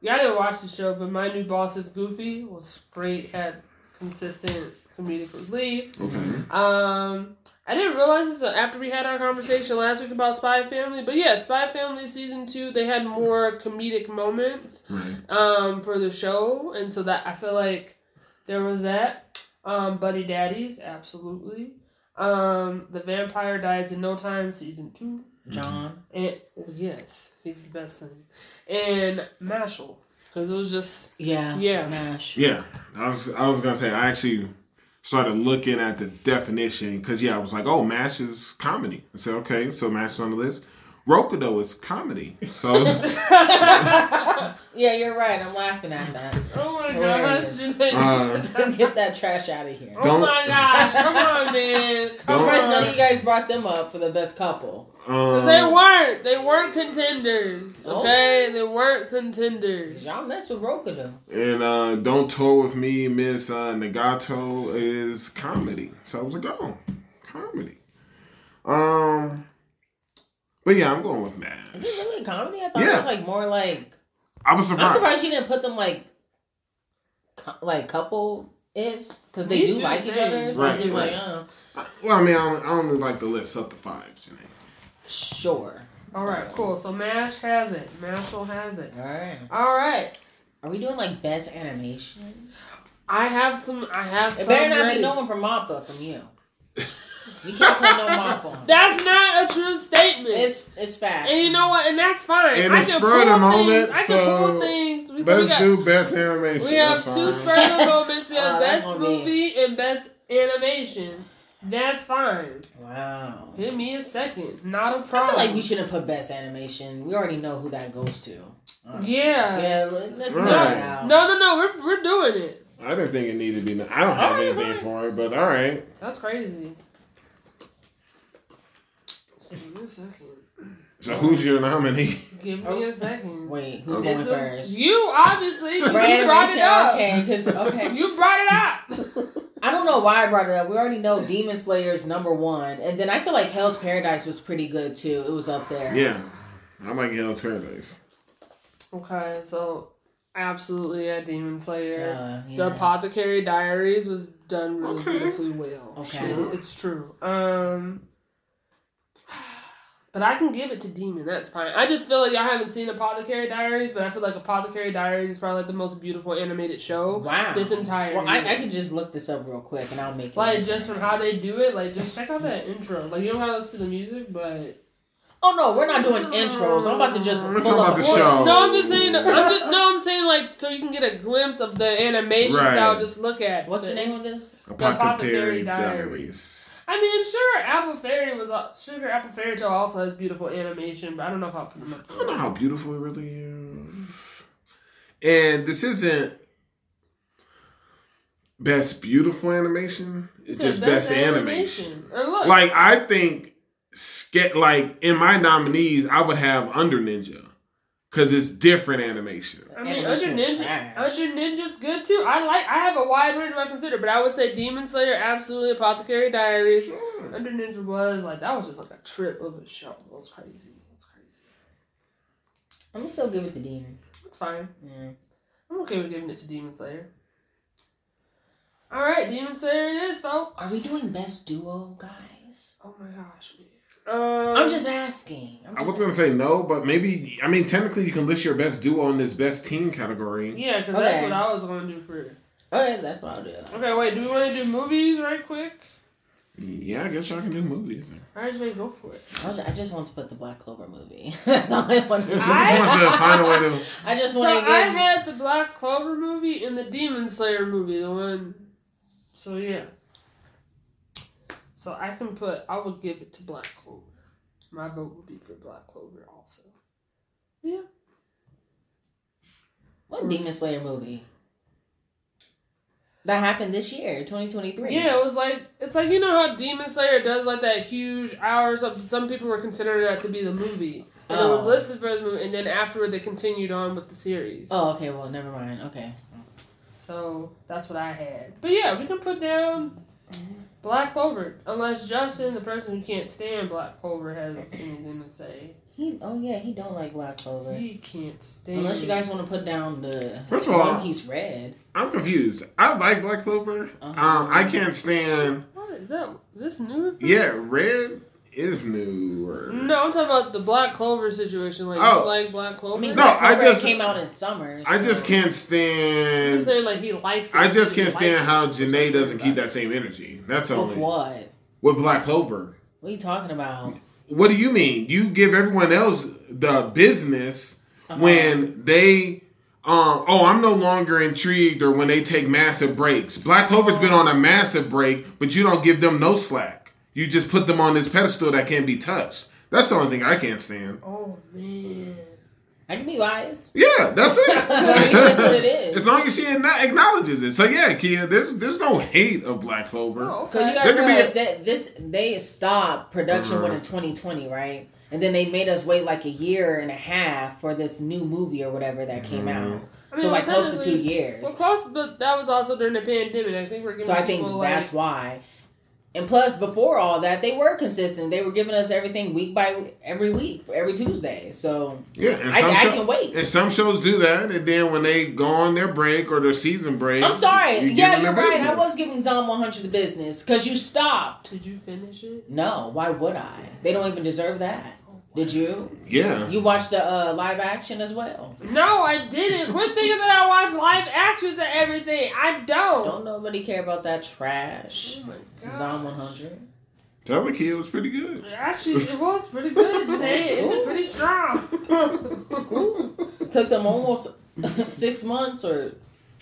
Yeah, I didn't watch the show, but my new boss is Goofy. Was great. Had consistent comedic relief. Okay. Um, I didn't realize this after we had our conversation last week about Spy Family, but yeah, Spy Family season two, they had more comedic moments Right. um for the show, and so that I feel like there was that. Um, Buddy Daddies, absolutely. Um, The Vampire Dies in No Time, season two. John. And yes, he's the best thing. And Mashal, because it was just Yeah. Yeah. Mash. Yeah, I was I was gonna say I actually started looking at the definition because yeah, I was like, oh, Mash is comedy. I said, okay, so Mash is on the list. Rokudo is comedy. So oh Yeah, you're right. I'm laughing at that. my my gosh, hilarious. Janae. Get that trash out of here. oh Don't- my gosh, come on, man. I'm Come surprised none of on. you guys brought them up for the best couple. Um, They weren't. They weren't contenders. Oh. Okay, they weren't contenders. Y'all messed with Rokudo. and uh, Don't Toll With Me, Miss uh, Nagato is comedy. So I was like, oh, comedy. Um, But yeah, I'm going with Is it Nash. really a comedy? I thought it Yeah. was like more like. I was I'm surprised. surprised she didn't put them like, cou- like couple is because they Me do too, like each same. other. So I'm Right, just like, right. uh, Well, I mean, I only, I only like the list up to five, Janae. sure. All right, cool. So Mash has it. Mashal has it. All right. All right. Are we doing like best animation? I have some. I have It some. better not ready. be no one from Mappa from you. You can't put no mop on. That's not a true statement. it's it's fact. and you know what? And that's fine. And I it's can spur of the pull moment, things. I so can pull things. We, so we Let's got, do best animation. we have That's two fine. spur of the moments. We Oh, have that's best on me. movie and best animation. That's fine. Wow. Give me a second. Not a I problem. feel like we shouldn't put best animation. We already know who that goes to. honestly. Yeah. Yeah. Let's, let's Right. sort it out. No, no, no. We're we're doing it. I didn't think it needed to be. I don't All have right, anything all right. for it, but all right. That's crazy. So Give me a second. So who's your nominee? Give me a second. Wait, who's Okay. going This- first? You obviously you For brought it animation, up. okay, 'cause- okay. You brought it up. I don't know why I brought it up. We already know Demon Slayer's number one, and then I feel like Hell's Paradise was pretty good too. It was up there. Yeah, I like Yellow Paradise. okay, so absolutely a Demon Slayer. Uh, yeah. The Apothecary Diaries was done really Okay. beautifully well. Okay. It- it's true. Um but I can give it to Demon. That's fine. I just feel like y'all haven't seen Apothecary Diaries, but I feel like Apothecary Diaries is probably like the most beautiful animated show Wow. this entire. well, I, year. I could just look this up real quick and I'll make it. Like just from how they do it, like just check out that intro. Like you don't have to listen to the music, but Oh no, we're not doing intros. I'm about to just We're pull talking up about the a- show. no, I'm just saying. I'm just, no, I'm saying like so you can get a glimpse of the animation Right. style. Just look at What's the name of this? Apothecary Apothecary Diaries. Diaries. I mean, sure, Apple Fairy was al- Sugar Apple Fairy Tale also has beautiful animation, but I don't know if I'll put them up. I don't know how beautiful it really is. And this isn't best beautiful animation. It's just best, animation. And look, Like I think, ske- like in my nominees, I would have Under Ninja because it's different animation. I mean, Under Animation's Ninja, trash. Under Ninja's good too. I like. I have a wide range of I consider, but I would say Demon Slayer, absolutely Apothecary Diaries, Under Ninja was like that was just like a trip of a show. It was crazy. It's crazy. I'm gonna still give it to Demon. It's fine. Yeah. I'm okay with giving it to Demon Slayer. All right, Demon Slayer it is, folks. Are we doing best duo, guys? Oh my gosh, man. Um, I'm just asking. I'm I just was gonna say no, but maybe I mean technically you can list your best duo in this best team category. yeah, because that's Okay. what I was gonna do for. Okay, that's what I'll do. Okay, wait. Do we want to do movies right quick? Yeah, I guess y'all can do movies. All right, Jay, go for it. I was- I just want to put the Black Clover movie. that's all I want to If do. someone just wants to find a way to, I just So want to I give. had the Black Clover movie and the Demon Slayer movie, the one. So yeah. So I can put. I would give it to Black Clover. My vote would be for Black Clover also. What Demon Slayer movie? That happened this year, 2023. Yeah, it was like it's like you know how Demon Slayer does like that huge hour. Some some people were considering that to be the movie, and it was Oh. listed for the movie, and then afterward they continued on with the series. Oh, okay. Well, never mind. Okay. So that's what I had. But yeah, we can put down Black Clover. Unless Justin, the person who can't stand Black Clover, has anything to say. He. Oh yeah, he don't like Black Clover. He can't stand Unless you guys want to put down the First of all- One Piece Red. I'm confused. I like Black Clover. Um, I can't stand. What is that this new Yeah, Red is newer. No, I'm talking about the Black Clover situation. Like Oh. you like Black Clover? I mean, No, Black I Clover just- came out in summer. I just so- can't I'm stand. saying like he likes it. I just He can't likes it. stand how Janae doesn't keep that same energy. That's With only what? with Black Clover. What are you talking about? What do you mean? You give everyone else the business. Uh-huh. when they um oh I'm no longer intrigued or when they take massive breaks. Black Clover's been on a massive break, but you don't give them no slack. You just put Oh, them on this pedestal that can't be touched. That's the only thing I can't stand. Oh man. I can be biased. Yeah, that's it. That's what it is. As long as she acknow- acknowledges it. So yeah, Kia, there's there's no hate of Black Oh, Clover. Because you There gotta could be a- Uh-huh. realize that this they stopped production when in 2020, right? And then they made us wait like a year and a half for this new movie or whatever that came Uh-huh. out. I So mean, like close to two technically- years. Well, close, but that was also during the pandemic. I think we're giving So I think people that's like, why. And plus, before all that, they were consistent. They were giving us everything week by week, every week, every Tuesday. So Yeah, and I, some I show- can wait. And some shows do that, and then when they go on their break or their season break, I'm sorry. you give yeah, them you're their right. I business. was giving Zom 100 the business because you stopped. Did you finish it? Oh, No, why would I? They don't even deserve that. Did you? Yeah, You watched the uh, live action as well. No, I didn't. Quit thinking that I watch live actions and everything. I don't. Don't nobody care about that trash. Oh my god. Zom 100. Tell the Kid was pretty good. Actually, it was pretty good today. It was pretty strong. It took them almost six months or.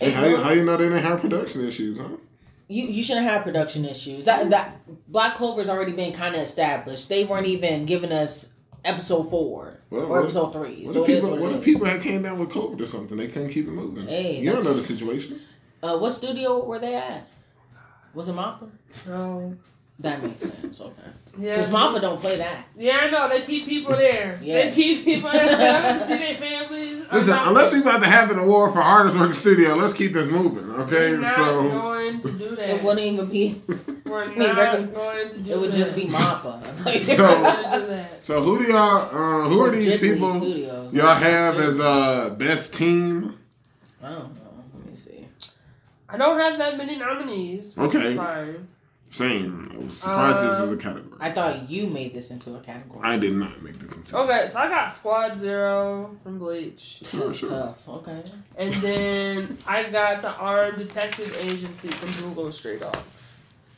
And Eight how, you- months. how you know they didn't have production issues, huh? you you shouldn't have production issues. That that Black Clover's already been kind of established. They weren't even giving us episode four Well, or what- episode three. What so if it is people, what, what it if is. people had came down with COVID or something? They couldn't keep it moving. Hey, you don't that's- know the situation. Uh, what studio were they at? Was it Mappa? no. That makes sense. Okay, because Yeah. Mappa don't play that. Yeah, I know. They keep people there. Yes. They keep people there. They don't see their families. I'm Listen, not- unless we about to have an award for hardest working studio, let's keep this moving, okay? We're not so going to do that. It wouldn't even be. We're we reckon- not going to do that. It would just be Mappa. Like, So- We're not going to do that. so who do y'all? Uh, who are these Ghibli people Studios. y'all have Studios. as uh best team? I don't know. Let me see. I don't have that many nominees. Which Okay. Is fine. Same. I was surprised this is a Um, category. Uh, I thought Oh, you made this into a category. I did not make this into. Okay, so I got Squad Zero from Bleach. Sure, sure. Tough. Okay. And then I got the Armed Detective Agency from Google Stray Dogs.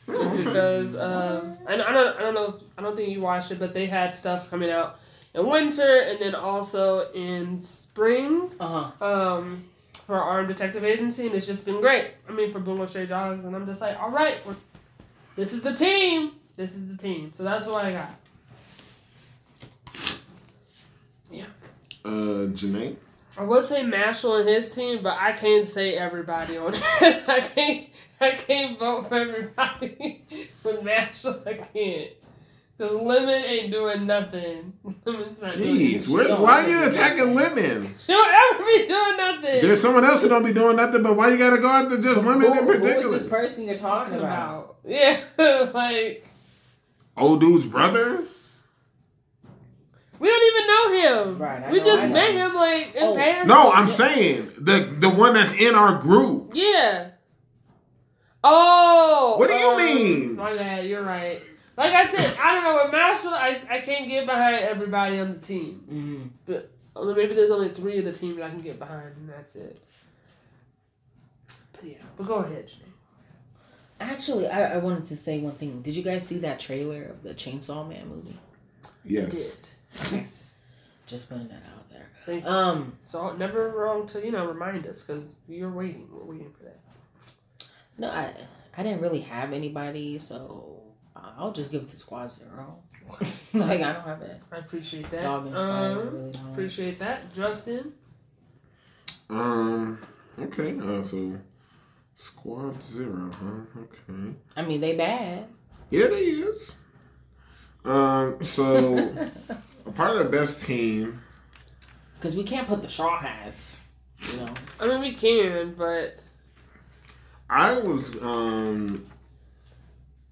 Just Okay. because of, and I don't, I don't know, if, I don't think you watched it, but they had stuff coming out in winter and then also in spring Uh huh. um, for Armed Detective Agency, and it's just been great. I mean, for Google Stray Dogs, and I'm just like, all right, we're, this is the team. This is the team. So that's what I got. Uh, Janae. I would say Mashal and his team, but I can't say everybody on it. I can't. I can't vote for everybody with Mashal. I can't. Cause Lemon ain't doing nothing. Lemon's not doing Jeez, nothing. where, why are you attacking women? She don't ever be doing nothing. There's someone else who don't be doing nothing, but why you gotta go after just Who, women in who is this particular? person you're talking about? Yeah, like Old dude's brother? we don't even know him. Right, I we know, I just know. met him like in Oh. passing. No, I'm saying the the one that's in our group. Yeah. Oh. What do you um, mean? My bad. You're right. Like I said, I don't know. With Marshall, I, I can't get behind everybody on the team. Mm-hmm. Although maybe there's only three of the team that I can get behind, and that's it. But yeah. But go ahead. Janae. Actually, I, I wanted to say one thing. Did you guys see that trailer of the Chainsaw Man movie? I Yes. did. Yes. Just putting that out there. Thank you. Um, So never wrong to you know remind us because you're waiting. We're waiting for that. no, I I didn't really have anybody, so I'll just give it to Squad Zero. like I don't have a I appreciate that. dog inspired. I Um, really don't. appreciate that, Justin. Um. Okay. Uh, so squad zero, huh? Okay. I mean, they bad. Yeah, they is. Um. So a part of the best team. Because we can't put the Straw Hats. You know, I mean we can, but I was um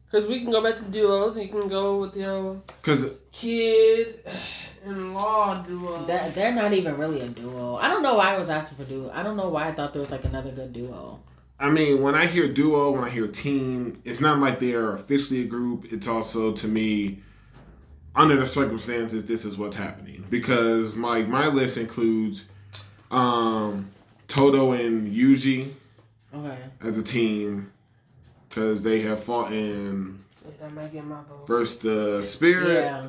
Because we can go back to duos, and you can go with your because kid and law uh, duo. that they're not even really a duo. I don't know why I was asking for duo. I don't know why I thought there was like another good duo. I mean, when I hear duo, when I hear team, it's not like they are officially a group. It's also to me, under the circumstances, this is what's happening because my my list includes um, Toto and Yuji Okay. as a team because they have fought in that might get my vote. first the spirit, Yeah.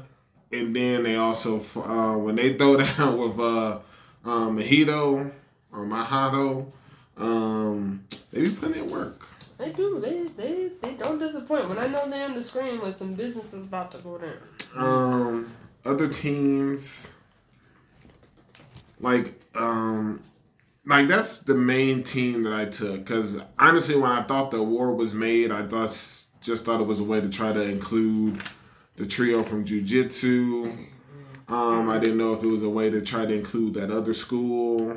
and then they also uh, when they throw down with uh, um, Mahito or Mahado, um, they be putting in work. They do. They, they they don't disappoint. When I know they on the screen, when some business is about to go down. Um, other teams. like um like that's the main team that I took because honestly, when I thought the award was made, I thought just thought it was a way to try to include the trio from jujitsu. Um, I didn't know if it was a way to try to include that other school,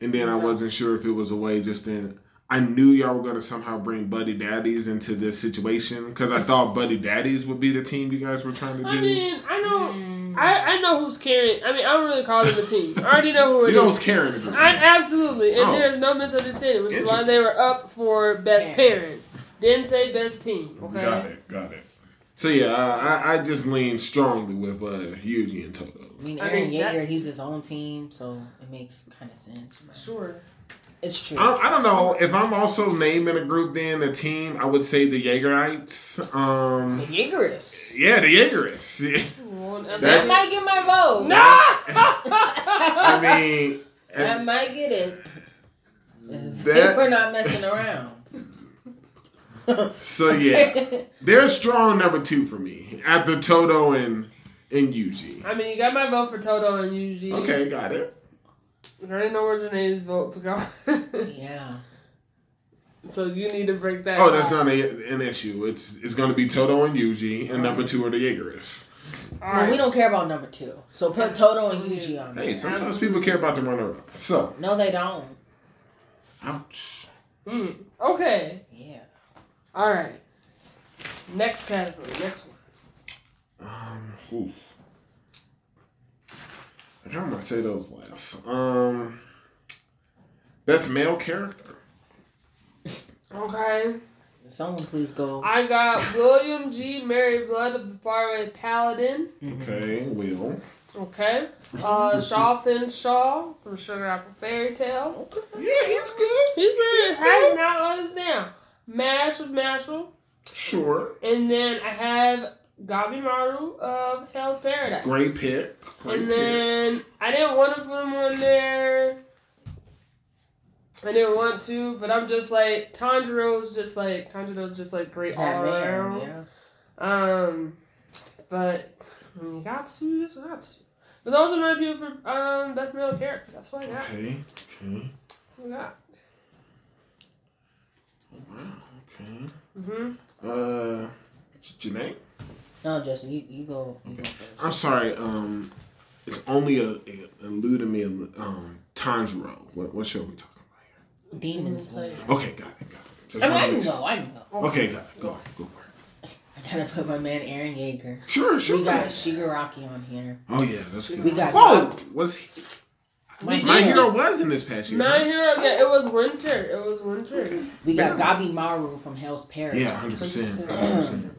and then I wasn't sure if it was a way just in. I knew y'all were gonna somehow bring Buddy Daddies into this situation because I thought Buddy Daddies would be the team you guys were trying to do. I mean, I know, Mm. I, I know who's carrying. I mean, I don't really call them a team. I already know who it you is. know who's carrying the group. I, absolutely, and Oh. there's no misunderstanding, which is why Interesting. they were up for best Parents. parents. Didn't say best team. Okay. Got it, got it. So yeah, I, I- I just lean strongly with uh, Yuji and Toto. I mean, I Aaron mean, that- Yeager, he's his own team, so it makes kind of sense. but Sure. It's true. I, I don't know if I'm also naming a group. Then a team, I would say the Jaegerites. The Um, Yeager is. yeah, the Jaegerists. Well, I That That- mean- might get my vote. no. I mean, That and might get it. That- We're not messing around. so yeah, they're strong number two for me after Toto and and Yuji. I mean, you got my vote for Toto and Yuji. Okay, got it. I already know where Janae's vote's going. yeah. so you need to break that. Oh, that's down. not a, an issue. It's it's going to be Toto and Yuji, and number two are the Jaegerists. All Well, right. we don't care about number two. So put Toto and Yuji on there. Hey, sometimes people care about the runner up. So, No, they don't. ouch. Mm. Okay. Yeah. All right. Next category. Next one. Um, oof. I kind of want to say those last. Um, that's male character. Okay. Someone please go. I got William G. Mary Blood of the Faraway Paladin. Okay, Will. Okay. Uh, Shaw Finn Shaw from Sugar Apple Fairy Tale. Yeah, he's good. He's been has not let us down. Mash of Mashal. Sure. And then I have Gabi Maru of Hell's Paradise. Great pick. Great And then I didn't want to put him on there. I didn't want to, but I'm just like Tanjiro's just like Tanjiro's just like great all That man, around. yeah. Um, but when you got to, you just got to. But those are my people for um best male character. That's what I pick. got. Okay. Okay. That's what I got. Wow. Okay. Mm-hmm. Uh, Janae. No, Justin, you, you go. You go first. I'm sorry. Um, it's only a, it eluded me. Um, Tanjiro. What what show are we talking Demon Slayer. about? Okay, got it. Got it. Just I mean, I wanna can make sure. go. I can go. Okay, got it. Go go for it. I gotta put my man Aaron Yeager. Sure, sure. We got Shigaraki on here. Oh yeah, that's good. We got- Whoa, was he? My My hero. hero was in this past year. Nine Hero. Yeah, it was winter. It was winter. We got Gabi Maru from Hell's Paradise. Yeah, hundred percent.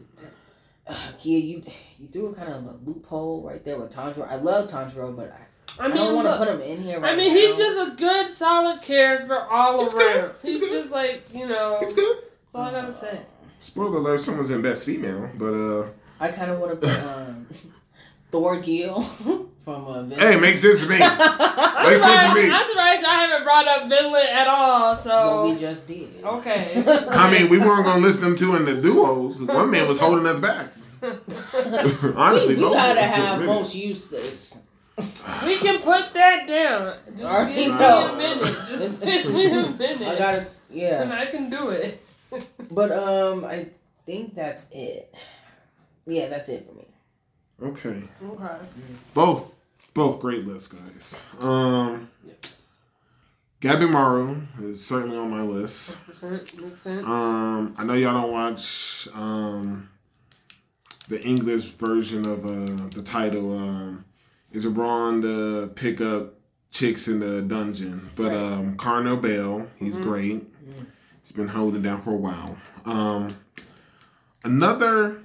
Ugh, Kia, you you threw kind of a loophole right there with Tanjiro. I love Tanjiro, but I, I I don't mean, want to look, put him in here right I mean, now. he's just a good, solid character all He's good. around. He's He's, good. just like you know. That's It's good. all I gotta say. Spoiler alert: someone's in best female, but uh, I kind of want to put um, Thor Gill from uh, Vinland. hey, it makes sense to me. But I'm Makes sense to surprised, me. I'm surprised y'all haven't brought up Vinland at all. we So just did. okay. I mean, we weren't gonna list them two in the duos. One man was holding us back. Honestly, we, we both of gotta us have really. most useless. We can put that down. All Just right. give me No. a minute. Just give me a minute. I gotta, and yeah. I can do it. But um, I think that's it. Yeah, that's it for me. Okay, Okay. both both great lists, guys. Um, Yes. Gabby Maru is certainly on my list. 100% makes sense. Um, I know y'all don't watch um, the English version of uh, the title. Um, is it wrong to pick up chicks in the dungeon? But um, Carno Bell, he's Mhm. great. Mhm. He's been holding down for a while. Um, another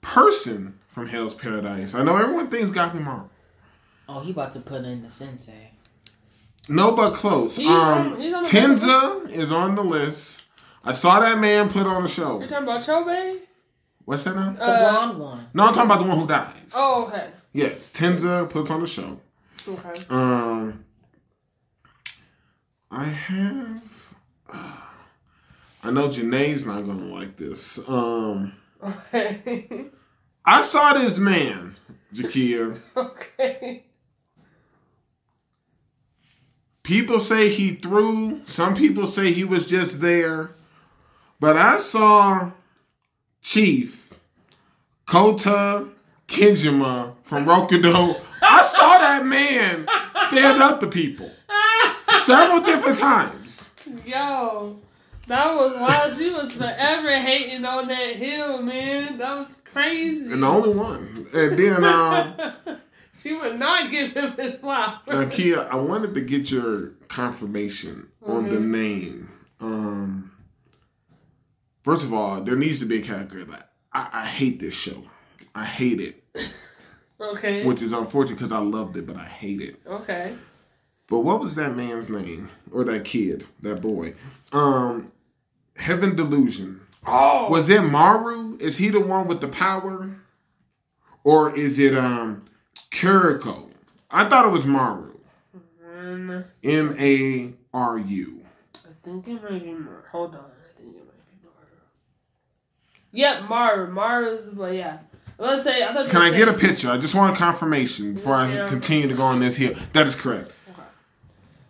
person from Hell's Paradise. I know everyone thinks Gopi Mara. Oh, he about to put in the sensei. No, but close. He's um, on- he's on the- Tenza is on the list. I saw that man put on a show. You're talking about Chobe? What's that now? The Uh, blonde one. No, I'm talking about the one who dies. Oh, okay. Yes, Tenza puts on the show. Okay. Um, I have. uh, I know Janae's not gonna like this. Um, Okay. I saw this man, Jakia, okay. People say he threw. Some people say he was just there. But I saw Chief Kota Kenjima from Rokudo. I saw that man stand up to people several different times. Yo, that was wild. She was forever hating on that hill, man. That was crazy. And the only one. And then um, she would not give him his flowers. now, Kia, I wanted to get your confirmation on the name. Um, first of all, there needs to be a category. Like, I, I hate this show. I hate it, Okay. which is unfortunate because I loved it, but I hate it. okay. But what was that man's name or that kid, that boy? Um, Heaven Delusion. Oh. Was it Maru? Is he the one with the power? Or is it um Kiriko? I thought it was Maru. Um, M A R U. I think it might be Mar. Hold on. I think it might be Maru. Yep, Maru. Maru's, but yeah. Let's say, I thought you Can were I get a saying- picture? I just want a confirmation before I Yeah. continue to go on this here. That is correct. Okay.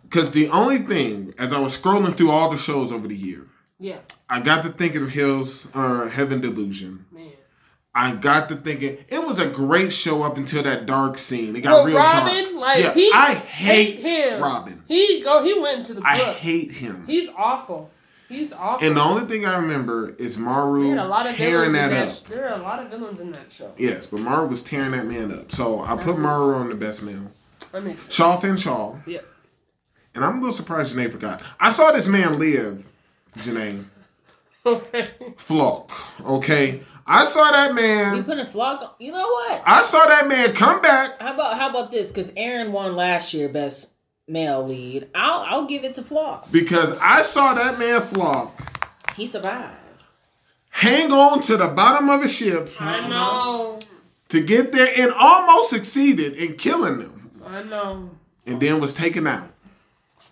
Because the only thing, as I was scrolling through all the shows over the year, Yeah, I got to thinking of Hills, uh, Heaven Delusion. man. I got to thinking it was a great show up until that dark scene. It got Well, real Robin, dark. like, yeah, he I hate, hate him. Robin. He go. He went into the I book. hate him. He's awful. He's awful. And the only thing I remember is They Maru had a lot of tearing villains that in that. up. sh- There are a lot of villains in that show. Yes, but Maru was tearing that man up. So I put That's- Maru on the best man. That makes sense. Shaw Finn Shaw. Yep. And I'm a little surprised Janae forgot. I saw this man live, Janae. Okay. Flock. Okay. I saw that You man. put a vlog on. You know what? I saw that man come back. How about how about this? Because Aaron won last year best male lead. I'll I'll give it to Flock. Because I saw that man flock He survived. hang on to the bottom of a ship I know. to get there and almost succeeded in killing them I know. and then was taken out.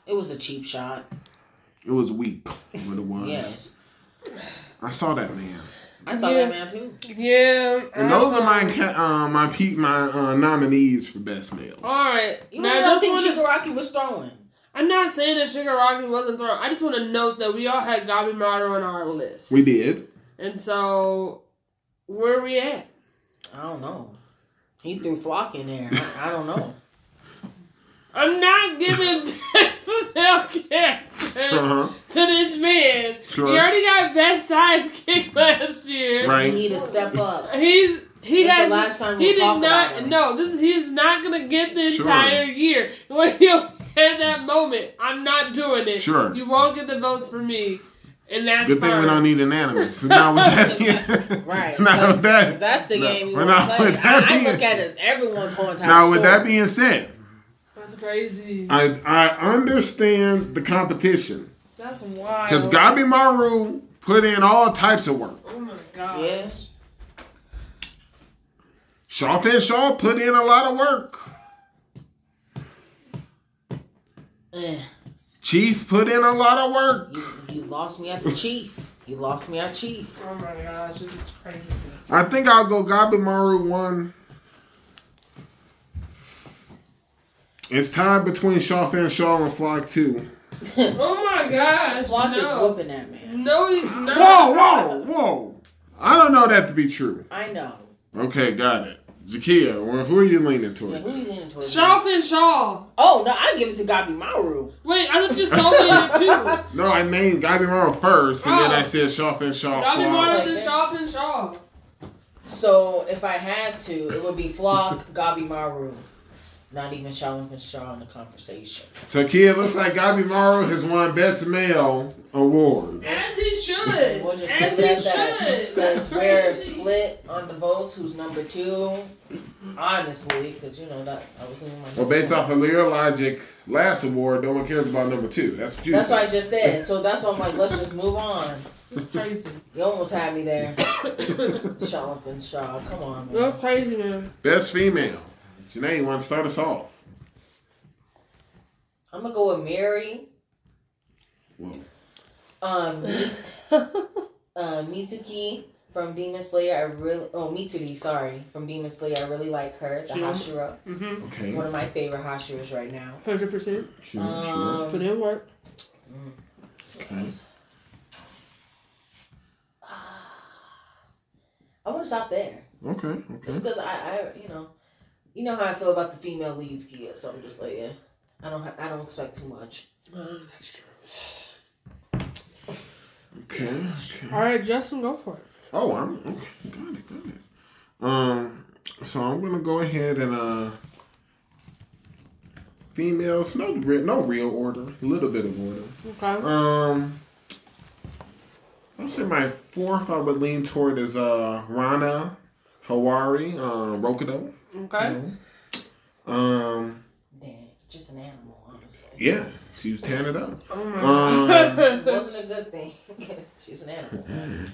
It was a cheap shot. It was weak, what it was. Yes, I saw that man. I saw Yeah. that man too. Yeah. And I those know. are my ca- uh, my pe- my uh, nominees for best male. All right. You now, I really don't just think wanna- Shigaraki was throwing? I'm not saying that Shigaraki wasn't thrown. I just want to note that we all had Gabi Maru on our list. We did. And so, where we at? I don't know. He threw Flock in there. I, I don't know. I'm not giving personnel character Uh huh. to this man. Sure. He already got best size kick last year. He Right. need to step up. He's he This the has last time he we'll did talk not about him. no this is he is not gonna get the Sure. entire year when he had that moment I'm not doing it Sure. you won't get the votes for me and that's Good thing fine we don't need an animal. So now with that, Right. Now with If that, that's the No, game you but want to now play. with that I, I being- look at it. Everyone's whole entire now with that story. being said, that's crazy I I understand the competition that's wild because Gabi Maru put in all types of work. oh my gosh Yeah. Shaw Finn Shaw put in a lot of work. Eh, Chief put in a lot of work. you, you lost me at the chief. You lost me at chief. oh my gosh this is crazy I think I'll go Gabi Maru one. It's tied between Shaw Finn Shaw and Flock two. oh my gosh Flock is no whooping that man. no he's not Whoa, whoa, whoa! I don't know that to be true. I know. Okay, got it. Zakia, well, who are you leaning Yeah, toward? who you leaning towards? Shaw Finn Shaw Oh no, I give it to Gabi Maru. wait I just told you that too No, I named Gabi Maru first, and then I Oh. said Shaw Finn Gabi Shaw. Flock. Maru Like then that. Shaw Finn Shaw So if I had to, it would be Flock, Gabi Maru. Not even Shawn and Shaw in the conversation. So, Kia, looks like Gabi Maru has won Best Male Award. As he should. We'll just As leave he it at that. should. Because we're split on the votes. Who's number two? Honestly, because you know that I was leaving my. Well, based off of Lear Logic, last award, no one cares about number two. That's what you That's what I said. just said. So that's why I'm like, let's just move on. That's crazy. You almost had me there, Shawn and Shaw. Come on, man. That's crazy, man. Best Female. Janae, you want to start us off? I'm gonna go with Mary. Whoa. Um, uh, Mizuki from Demon Slayer, I really oh Mitsuki, sorry, from Demon Slayer, I really like her, the She- Hashira, Mm-hmm. Okay. one of my favorite Hashiras right now. Hundred percent. Sure, sure. Um, Put in work. Okay. Ah, I want to stop there Okay. just Okay. because I, I, you know, you know how I feel about the female leads, Kia. So I'm just like, yeah, I don't, ha- I don't expect too much. that's true. Okay. All right, Justin, go for it. Oh, I'm okay. Got it. Got it. Um, so I'm gonna go ahead and uh, females. No, re- no real order. A little bit of order. Okay. Um, I'll say my fourth I would lean toward is uh Rana Hawari, uh, Rokudo. Okay. Um, Damn, just an animal, honestly. yeah, she was tearing it up. Um, Oh my It god. wasn't a good thing. She's an animal.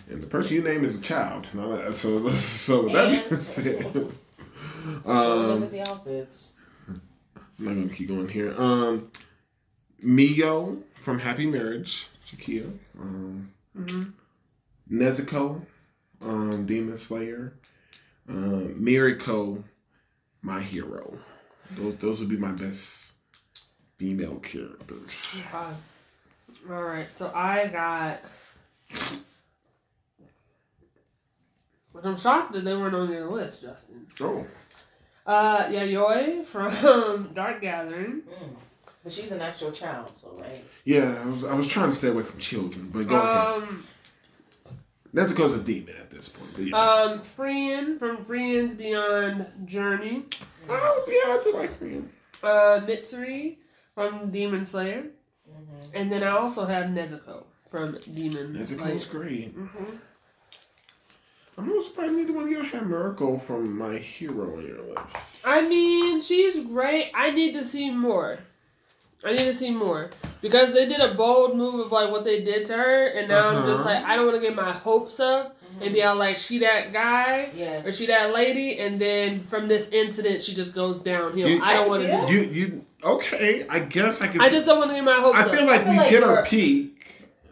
And the person you name is a child. Now that- So, so with that being And- said, Um, um, with the outfits. I'm not gonna keep going here. Um, Mio from Happy Marriage, Shakia. Um, Mhm. Nezuko, um, Demon Slayer. Um, Miriko, my hero. Those those would be my best female characters. Okay. All right, so I got. But I'm shocked that they weren't on your list, Justin. Oh, Uh, Yayoi from Dark Gathering. Mm. But she's an actual child, so right. yeah. I was, I was trying to stay away from children, but go ahead. Um, Nezuko's a demon at this point. But yes. um, Friend from Friends Beyond Journey. oh yeah, I do like him. Uh, Mitsuri from Demon Slayer. Mm-hmm. And then I also have Nezuko from Demon Nezuko's Slayer. great. Mm-hmm. hmm I'm not surprised neither one of y'all had Miracle from My Hero on your list. I mean, she's great. I need to see more. I need to see more because they did a bold move of like what they did to her, and now I'm just Uh-huh. like I don't want to get my hopes up Mm-hmm. and be all like she that guy Yeah. or she that lady, and then from this incident she just goes downhill. You- I don't want Yeah. to. You you okay? I guess I can. I just don't want to get my hopes I up feel like I feel we like hit we're- our peak.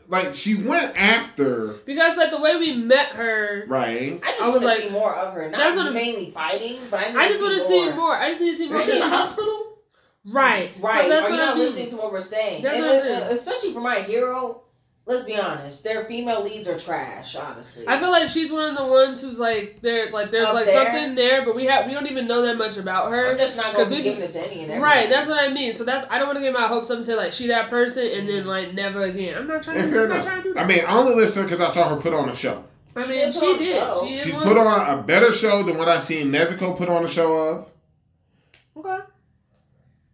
Like she went after because like the way we met her, right. I just I was want to see like- more of her. Not that's what I'm- mainly fighting, but I, need I just want to see more. I just need to see more. Is she in the Right, hospital? right. Right. So that's Are you what not I mean. listening to what we're saying? That's and what I'm it- uh, saying. especially for my hero, let's be honest. Their female leads are trash, honestly. I feel like she's one of the ones who's like there, like there's Up like there. something there, but we have we don't even know that much about I'm her. just not going to Cause be we- giving it to any and everybody. Right, that's what I mean. So that's I don't want to get my hopes up and say like she that person and then like never again. I'm not trying. Yeah, To, fair I'm not enough. trying to do I that. mean, I only listen because I saw her put on a show. I She mean, is she on did. show. She is She's one. put on a better show than what I've seen Nezuko put on a show of, Okay.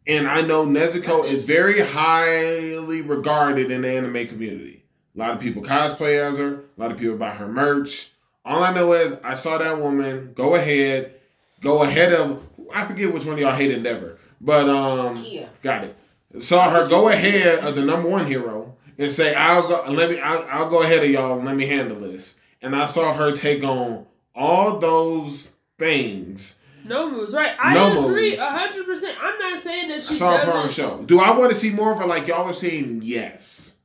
and I know Nezuko is very highly regarded in the anime community. A lot of people cosplay as her. A lot of people buy her merch. All I know is I saw that woman go ahead, go ahead of I forget which one of y'all hated Never, but um. Kia. Got it. Saw her go ahead of the number one hero and say, "I'll go. Let me. I'll, I'll go ahead of y'all. And let me handle this." And I saw her take on all those things. No moves. Right. I No agree moves. hundred percent. I'm not saying that she I saw her on the doesn't. show. Do I want to see more of her? Like y'all are saying, yes.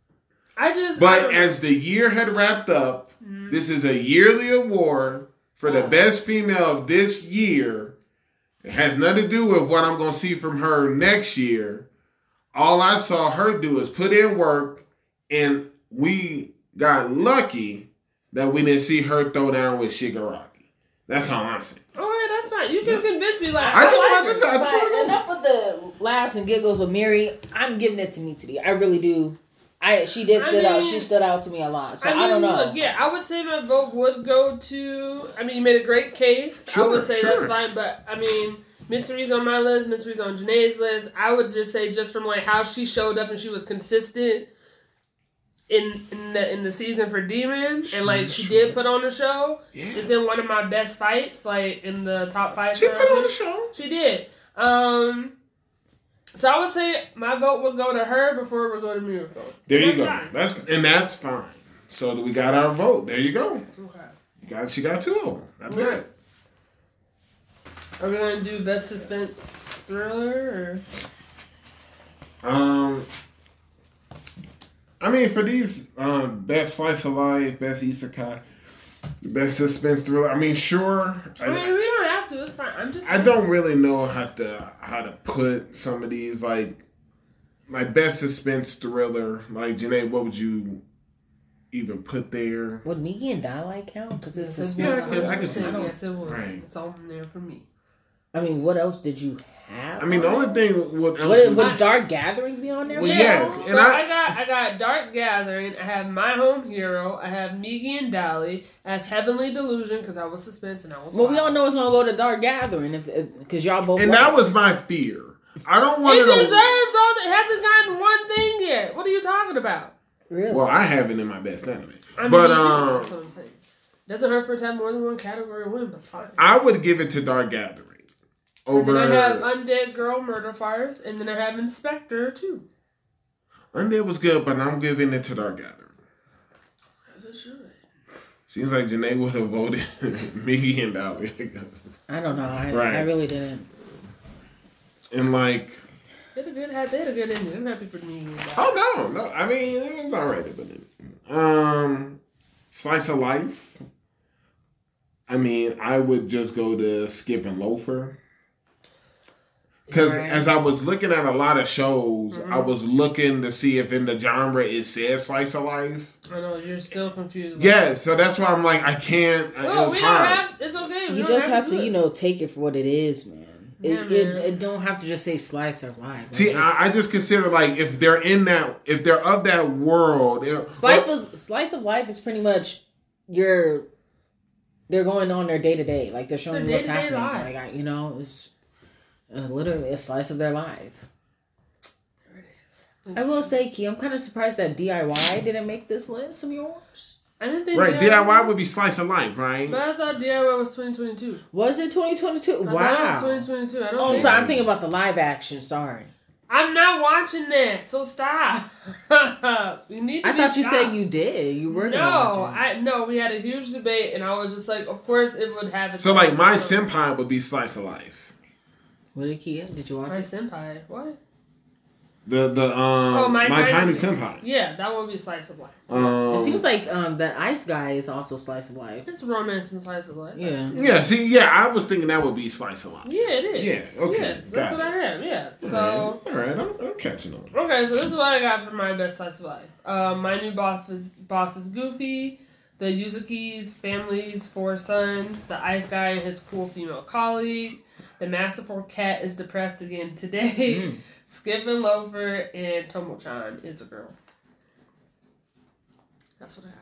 I just. I But don't- as the year had wrapped up, Mhm. this is a yearly award for the Oh. best female of this year. It has nothing to do with what I'm going to see from her next year. All I saw her do is put in work, and we got lucky that we didn't see her throw down with Shigaraki. That's all I'm saying. okay, that's fine. You can Yeah. convince me. Like I just like want her. to say, I just But want to enough with the laughs and giggles with Mary. I'm giving it to me today. I really do. I she did I stood out. mean- She stood out to me a lot. So I, I mean, don't know. look, yeah, I would say my vote would go to. I mean, you made a great case. I Sure, would say sure. that's fine, but I mean, Mitsuri's on my list, Mitsuri's on Janae's list. I would just say, just from like how she showed up and she was consistent in in the, in the season for Demon, and like she did put on the show. Yeah. It's in one of my best fights, like in the top five. She for- put on the show. she did. Um, so I would say my vote would go to her before it would go to Miracle. There you That's go. fine. That's and that's fine. So we got our vote. There you go. Okay. You got she got two of them. That's Yeah. it. Are we gonna do best suspense thriller? Um, I mean, for these um, best slice of life, best isekai, Best suspense thriller. I mean, sure. I mean, we don't have to. It's fine. I'm just. I don't really know how to how to put some of these like my best suspense thriller. Like Janae, what would you even put there? Would Miggy and Daylight count? Because it's It's suspense. I can- I can see I, that. don't- Yes, it would. Right. It's all in there for me. I mean, what else did you have? I mean, the only thing what else Would, would, would Dark Gathering be on there? Well, yes, So and I, I- got I got Dark Gathering. I have My Home Hero. I have Miggy and Dolly. I have Heavenly Delusion because I was suspense and I was. Well, we wild. all know it's gonna go to Dark Gathering if because y'all both. and like that it. was my fear. I don't want It to. deserves all. The, it hasn't gotten one thing yet. What are you talking about? really. Well, I have it in my best anime, I mean, but me too, um, that's what I'm saying. Doesn't hurt for it to have more than one category win, but fine. I would give it to Dark Gathering And then over I have Undead Girl Murder Fires, and then I have Inspector too. Undead was good, but I'm giving it to Dark Gathering. As it should. Seems like Janae would have voted Miggy and Dolly, I don't know. I, Right. I really didn't. and like, They had a good, had- they had a good ending. I'm happy for me. oh no, no, I mean it was alright, but um, slice of life. I mean, I would just go to Skip and Loafer. Because Right. as I was looking at a lot of shows, Mhm. I was looking to see if in the genre it says slice of life. I know you're still confused. about Yeah, so that's why I'm like, I can't. it. I- it Look, was we don't hard. have. It's okay. We You don't just have to, do you it. know, take it for what it is, man. It, Yeah, it, man. it don't have to just say slice or life. See, just, I, I just consider like if they're in that, if they're of that world, oh, it- slice is slice of life is pretty much your. They're going on their day to day, like they're showing you Their what's day-to-day happening. lives. Like I, you know, it's uh, literally a slice of their life. There it is. I will say, Key, I'm kind of surprised that DIY didn't make this list of yours. I didn't think right? DIY, DIY would be slice of life, right? But I thought DIY was 2022. Was it 2022? I wow. thought it was 2022. I don't. Oh, I'm think- sorry. I'm thinking about the live action. Sorry. I'm not watching that, so stop. you need. To I be thought you said stopped. you did. You were No, gonna watch it. I no. We had a huge debate, and I was just like, of course it would have. its So own like my time. senpai would be slice of life. What did Kia? Did you watch My it? senpai. What? The the um Oh, my, My tiny, Tiny- senpai. Yeah, that would be slice of life. Um, It seems like um the ice guy is also slice of life. It's romance and slice of life. Yeah. yeah. See, yeah, I was thinking that would be slice of life. Yeah, it is. Yeah, okay, Yes, got that's what I have. Yeah. So, All all right I'm, I'm catching on. okay, so this is what I got for my best slice of life. Um, my new boss is boss is Goofy, the Yuzuki's family's four sons, the ice guy and his cool female colleague, the masterful cat is depressed again today, Hmm. Mm. Skip and Loafer, and Tomo-chan is a girl. That's what I have.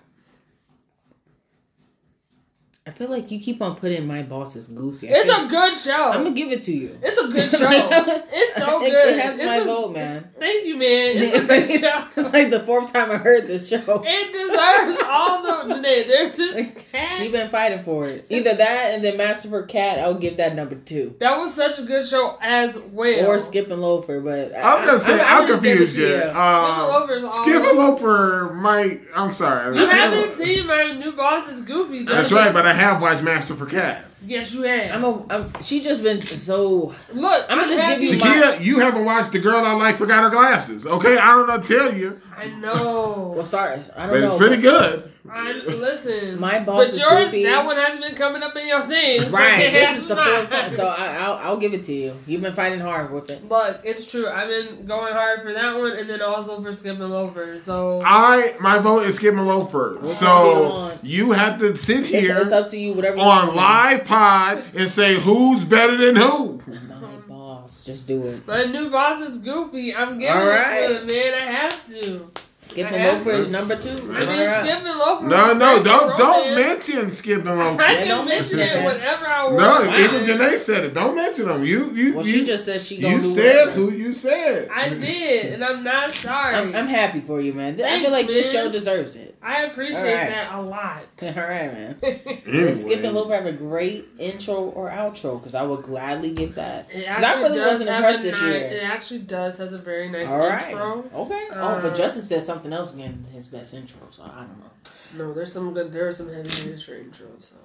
I feel like you keep on putting my boss is goofy. I It's think- a good show. I'm gonna give it to you. It's a good show. it's so It- good. It has it's my a- vote, man. Thank you, man. It's a good show. it's like the fourth time I heard this show. It deserves all the Janae. There's this She cat. been fighting for it. Either that and then Master for Cat. I'll give that number two. That was such a good show as well. Or Skip and Loafer, but I'm gonna say I'm, gonna just give it confused to you. yet. Skip Uh, over is all. Skip and Loper might. I'm sorry. you haven't seen my new boss is Goofy. That's Just- right, but I have watched Master for Cat. yes, you have. I'm a. I'm, she just been so. Look, I'ma just happy- give My- Takia, you haven't watched The Girl I Like Forgot Her Glasses. Okay, I don't know what to tell you. I know. Well, sorry. I But don't know. it's pretty good. I'm listen. My boss but is yours, Goofy. that one has been coming up in your things. Right. It This has is the not. fourth time, so I, I'll, I'll give it to you. You've been fighting hard with it. Look, it's true. I've been going hard for that one, and then also for Skip and Loafer. So I my vote is Skip Loafer. What do you So want? you have to sit It's, here it's up to you. Whatever. you want on to do. live pod and say who's better than who. My Mm-hmm. boss, just do it. my new boss is Goofy. I'm giving All right. it to it, man. I have to. Skip I and have Loafer is to. number two. I mean, Runner up. Skip and Loafer. No, no, That's don't don't romance. mention Skip and I Loafer. Yeah, can don't mention mention it it. whenever I want. No, Wow. even Janae said it. Don't mention them. You you Well, you, she just said she gonna you do said whatever. who you said. I did, and I'm not sorry. I'm, I'm happy for you, man. I Thanks, feel like this man. show deserves it. I appreciate Alright. that a lot. All right, man. Anyway. Skip and Loafer have a great intro or outro because I would gladly give that. It 'Cause I actually really does wasn't have impressed a this ni- year. It actually does has a very nice All right. intro. Okay. oh, Uh, but Justin said something else again. His best intro. So I don't know. No, there's some good. There are some heavy hitters for intros. So.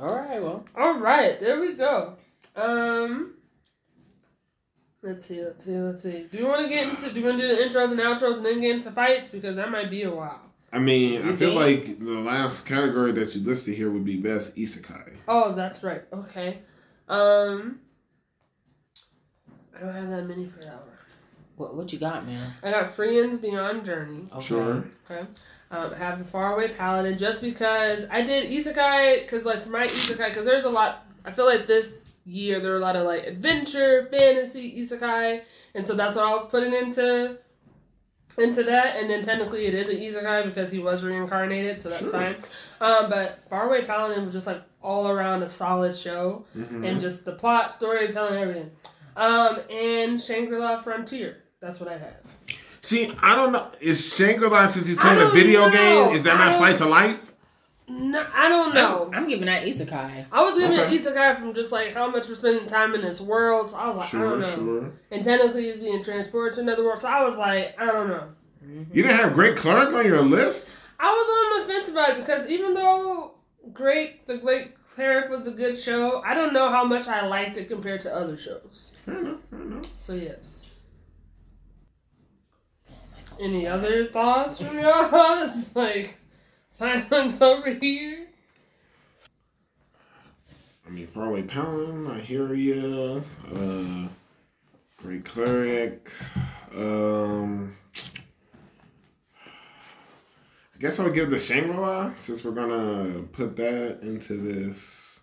All right. Well, All right, there we go. Um, let's see, let's see, let's see. Do you want to get into? Do you want to do the intros and outros and then get into fights because that might be a while. I mean, I You feel think? like the last category that you listed here would be best isekai. Oh, that's right. Okay. Um, I don't have that many for that one. What what you got, man? I got Friends Beyond Journey. Okay. Sure. Okay. Um, I have the Faraway Paladin just because I did Isekai, because, like, for my Isekai, because there's a lot, I feel like this year there were a lot of, like, adventure, fantasy, Isekai, and so that's what I was putting into into that and then technically it is an isekai because he was reincarnated so that's Sure. fine um, but faraway paladin was just like all around a solid show Mhm. and just the plot, storytelling, everything. Um, and Shangri La Frontier. That's what I have. See, I don't know. Is Shangri La since he's I playing a don't video know. game? Is that I not don't- slice of life? No, I don't know. I'm giving that isekai. I was giving Okay. it Isekai from just like how much we're spending time in this world. So I was like, I don't Sure, know. sure. And technically, it's being transported to another world. So I was like, I don't know. Mhm. You didn't have Great Clerk on your list. I was on the fence about it because even though Great, the Great Cleric was a good show, I don't know how much I liked it compared to other shows. Fair enough. Fair enough. So yes. My phone's Any dead. other thoughts from y'all? It's like silence over here. I mean, Faraway Palin, I hear you. Uh, Great Cleric. Um, I guess I'll give the Shangri La since we're gonna put that into this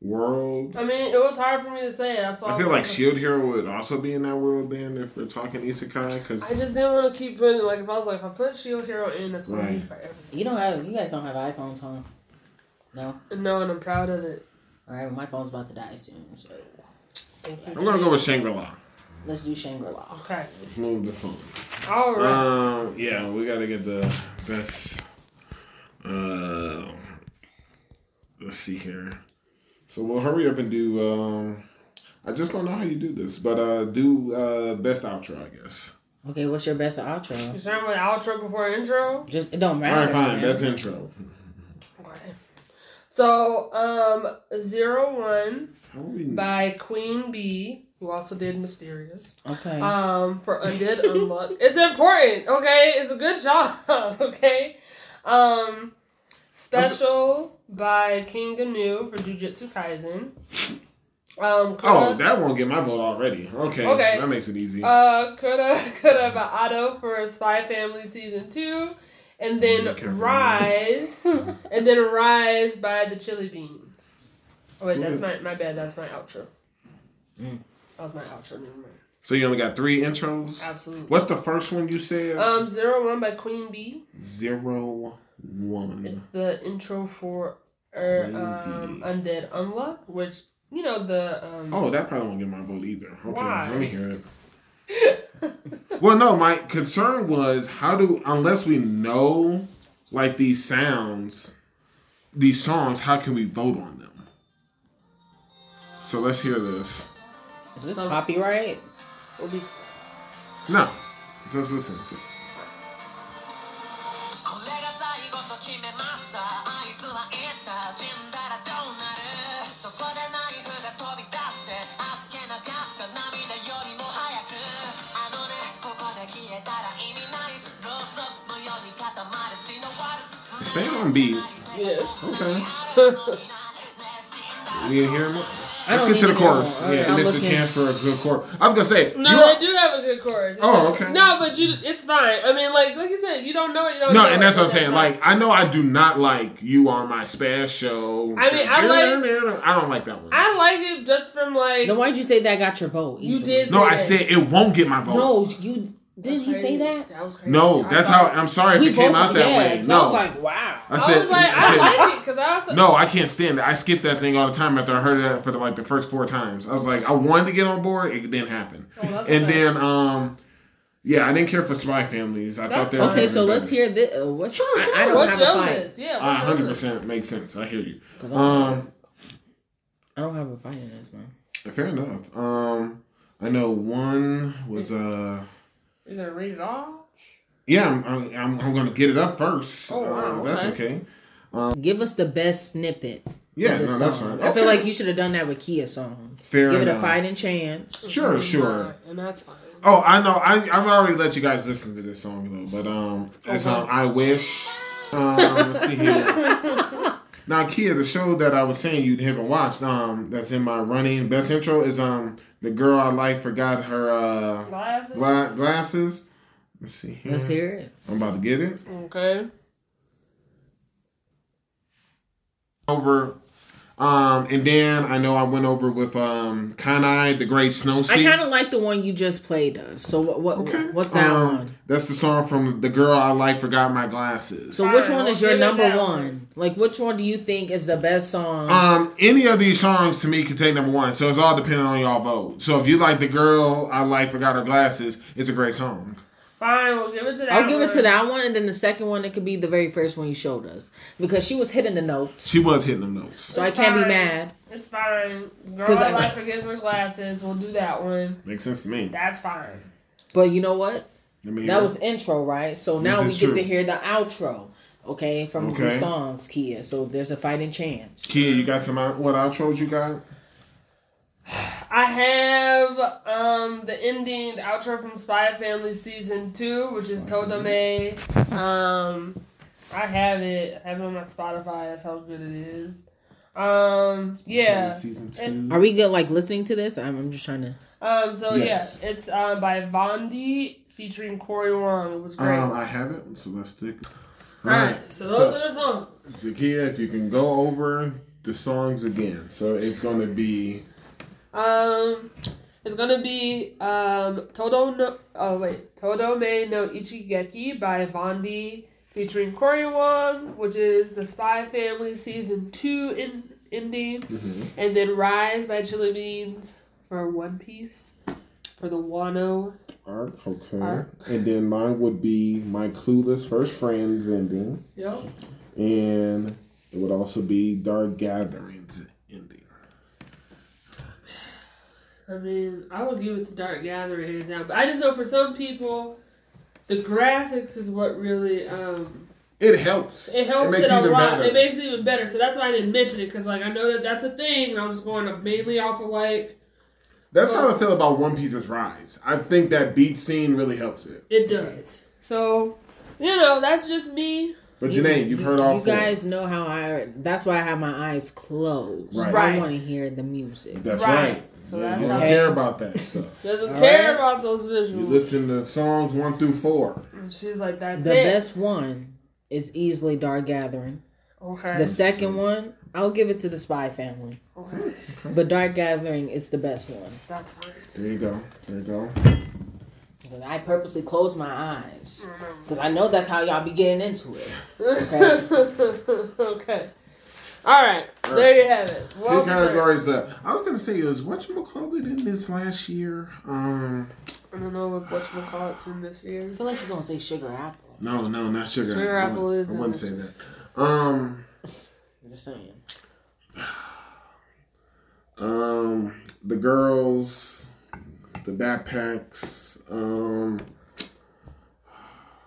world. I mean, it was hard for me to say. That's why I E feel like was- Shield Hero would also be in that world then if we're talking isekai because I just didn't want to keep putting like if I was like if I put Shield Hero in, that's gonna be Right. forever. You don't have you guys don't have iPhones, huh? No. And no, and I'm proud of it. All right. Well, my phone's about to die soon, so Thank you. I'm gonna go with Shangri La. let's do Shangri La. Okay. Let's move this on. All right. Um, yeah, we gotta get the best. Uh, let's see here. So we'll hurry up and do. Um, I just don't know how you do this, but uh, do uh, best outro, I guess. Okay. What's your best outro? you starting with outro before intro. Just it don't All matter. right, fine. man. Best intro. Okay. So, um, Zero One How are we- by Queen Bee, who also did Mysterious. Okay. um for undid unluck it's important okay it's a good job okay um special by king Gnu for jujutsu kaisen um Oh, Kuda, that won't get my vote already. Okay, Okay. that makes it easy. uh Kuda, Kuda by otto for spy family season two and then Okay. rise and then rise by the chili beans oh wait that's my my bad that's my outro Mm. that was my outro never mind. so you only got three intros. absolutely What's the first one you said? um zero one by queen bee Zero one. It's the intro for er, um, Undead Unluck, which you know the um, Oh, that probably won't get my vote either. Okay, Why? let me hear it. well, no, my concern was how do unless we know like these sounds, these songs, how can we vote on them? So let's hear this. Is this copyright? will be No, let's listen to. it. これが最後と決めましたあいつは言った死んだらどうなるそこでナイフが飛び出してあっけなかった涙よりも早くあのねここで消えたら意味ないっすローソクのように固まる血のワルツ Stay on beat. yes. Okay, 死んだ we didn't hear it. I don't Let's get to need to hear the chorus. more. Okay, yeah, I'm it's the looking. chance for a good chorus. I was gonna say No, you are- they do have a good chorus. It's Oh, just- okay. No, but you, it's fine. I mean, like, like you said, you don't know it. You don't No, know and it, that's but what I'm saying. fine. Like, I know I do not like "You Are My Special." I mean, I like- I don't like that one. I like it just from like Then why'd you say that got your vote? You easily? did- no, I say said it won't get my vote. No, you That's didn't. He crazy. say that. That was crazy. No, that's how. I'm sorry if it came out that yeah, way. 'cause No, I was like, wow. I, I said. was like, said- I like it because I also no, I can't stand it. I skipped that thing all the time after I heard that for the, like the first four times. I was like, I wanted to get on board, it didn't happen. Oh, that's and okay. then, um, yeah, I didn't care for Spy Families. I thought That's they were fine. Okay, so better. let's hear this. Uh, what's I, I don't what's have a your fight list? Yeah, Uh, what's your 100 list? percent makes sense. I hear you. 'Cause I don't- Um, I don't have a fight in this man. fair enough. Um, I know one was uh. You gonna read it all? Yeah, I'm, I'm, I'm- I'm gonna get it up first. Oh, wow, Uh, That's okay. okay. Give us the best snippet. Yeah, this no, that's song. right. I feel Okay. like you should have done that with Kia song. Fair Give it a enough. fighting chance. Sure, sure. And that's fine. Oh, I know. I I've already let you guys listen to this song though, but um, it's Okay. um, I wish. Um, let's see here. Now, Kia, the show that I was saying you haven't watched, um, that's in my running best intro is um, the girl I like forgot her uh Glasses? gla- glasses. Let's see here. Let's hear it. I'm about to get it Okay. over. Um, and then I know I went over with um, Kanai, the Great Snow I Sea. kind of like the one you just played us. So what? what Okay. What's that Um, one? That's the song from the girl I like forgot my glasses. So which Fine, one we'll is your give it number that one. one? Like which one do you think is the best song? Uh-huh. Um, any of these songs to me can take number one, so it's all dependent on y'all vote. So if you like the girl I like forgot her glasses, it's a great song. Fine, we'll give it to that I'll give it one. to that one, and then the second one it could be the very first one you showed us because she was hitting the notes, She was hitting the notes. so I can't be Fine. mad. It's fine. Girl, 'Cause I- I like forgets her glasses. We'll do that one. Makes sense to me. That's fine. But you know what? Let me hear That it. was intro, right? So now we This is get true. to hear the outro, okay, from the Okay. songs, Kia. So there's a fighting chance. Kia, you got some out- what outros you got? I have um the ending the outro from Spy Family season two, which is Todome. Um, I have it. I have it on my Spotify. That's how good it is. Um, yeah. Season two. And- Are we good? Like listening to this? I'm, I'm just trying to. Um, so Yes. yeah, it's um by Vondi featuring Corey Wong. It was great. um, I have it, so let's stick. All right. So those are the songs. So, Kia, if you can go over the songs again, so it's gonna be Um, it's gonna be um Todo no oh wait Todo Me no Ichigeki by Vondi featuring Cory Wong, which is the Spy Family season two in ending, mhm. and then Rise by Chili Beans for One Piece for the Wano. arc, okay, Arc. and then mine would be my clueless first friends ending. Yep. and it would also be Dark Gatherings ending. I mean, I would give it to Dark Gathering hands down, but I just know for some people, the graphics is what really um It helps. It helps it, makes a even lot. better. It makes it even better. So that's why I didn't mention it because like I know that that's a thing, and I was just going up mainly off of like That's Oh. how I feel about One Piece's rise. I think that beat scene really helps it. it does. So you know that's just me. But Janae, you've heard all You four. guys know how I. That's why I have my eyes closed. Right. I Right. want to hear the music. That's Right. right. So Yeah, that's you don't how- care about that stuff. All Doesn't care right. about those You visuals. listen to songs one through four. And She's like that's The it. best one is easily Dark Gathering. Okay. The second one, I'll give it to the Spy Family. okay. But Dark Gathering is the best one. That's fine. There you go. There you go. Because I purposely close my eyes. Mm. Because I know that's how y'all be getting into it. Okay. All right. All There you have it. Two Well deserved. categories left. I was gonna say it was what you call it in this last year. Um, I don't know if what you call it's in this year. I feel like you're going to say Sugar Apple. no, no, not sugar. Sugar I apple is wouldn't- I in wouldn't this say that. Um. I'm just saying. Um, the girls, the backpacks. Um,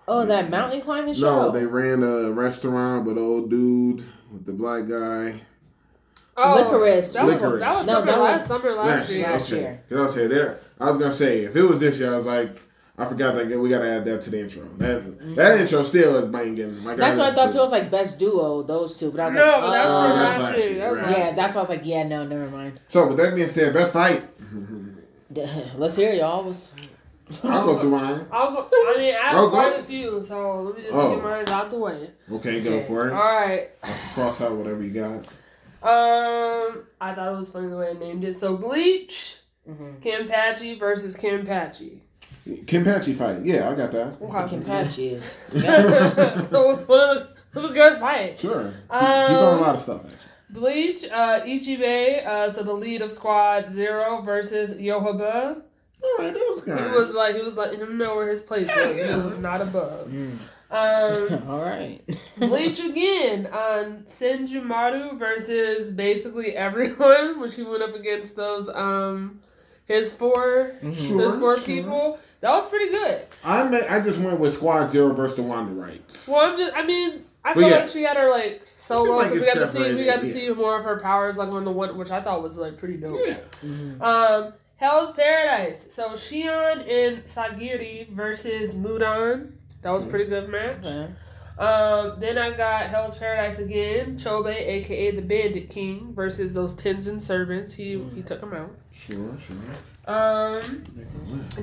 Oh, that mountain climbing show. Mm. no, they ran a restaurant with old dude with the black guy. Oh, Licorice. That was, Licorice. that was No, summer that last was- summer last year. last okay. year. 'Cause I said there. I was gonna say if it was this year, I was like, I forgot that we gotta add that to the intro. That that intro still is banging. Mm-hmm. Like, That's what I thought too. I listened was like best duo, those two. But I was No, like, but that's uh, from that's last last year. year, That was right. last yeah, that's why I was like, yeah, no, never mind. to it. So with that being said, best fight. Let's hear it, y'all. Was I'll go through mine. I'll go. I mean, I have Oh, go quite ahead. a few, so let me just Oh. get mine out the way. Okay, go for All it. right. Cross out whatever you got. Um, I thought it was funny the way I named it. So Bleach, Mhm. Kenpachi versus Kenpachi. Kimpachi fight. Yeah, I got that. Okay. Kenpachi is. that was one of the. It was a good fight. Sure. Um, He's on a lot of stuff actually. Bleach, uh, Ichibei, uh, so the lead of Squad Zero versus Yohoba. All right, that was good. He was like, he was letting him know where his place was, and it was not above. Um, All right. Bleach again on Senjumaru versus basically everyone, which he went up against those um his 4 Mm-hmm. Sure, his four sure. people. That was pretty good. I may, I just went with Squad Zero versus the Wanda Rights. Well, I'm just. I mean, I But feel yeah. like she had her like solo. like because we it's got to see. We separated, got to yeah. see more of her powers, like on the one, which I thought was like pretty dope. Yeah. Mm-hmm. Um, Hell's Paradise. So Shion and Sagiri versus Mudan. That was a pretty good match. Okay. Um, then I got Hell's Paradise again. Chobe, aka the Bandit King, versus those Tenzin servants. He he took them out. Sure, sure. Um,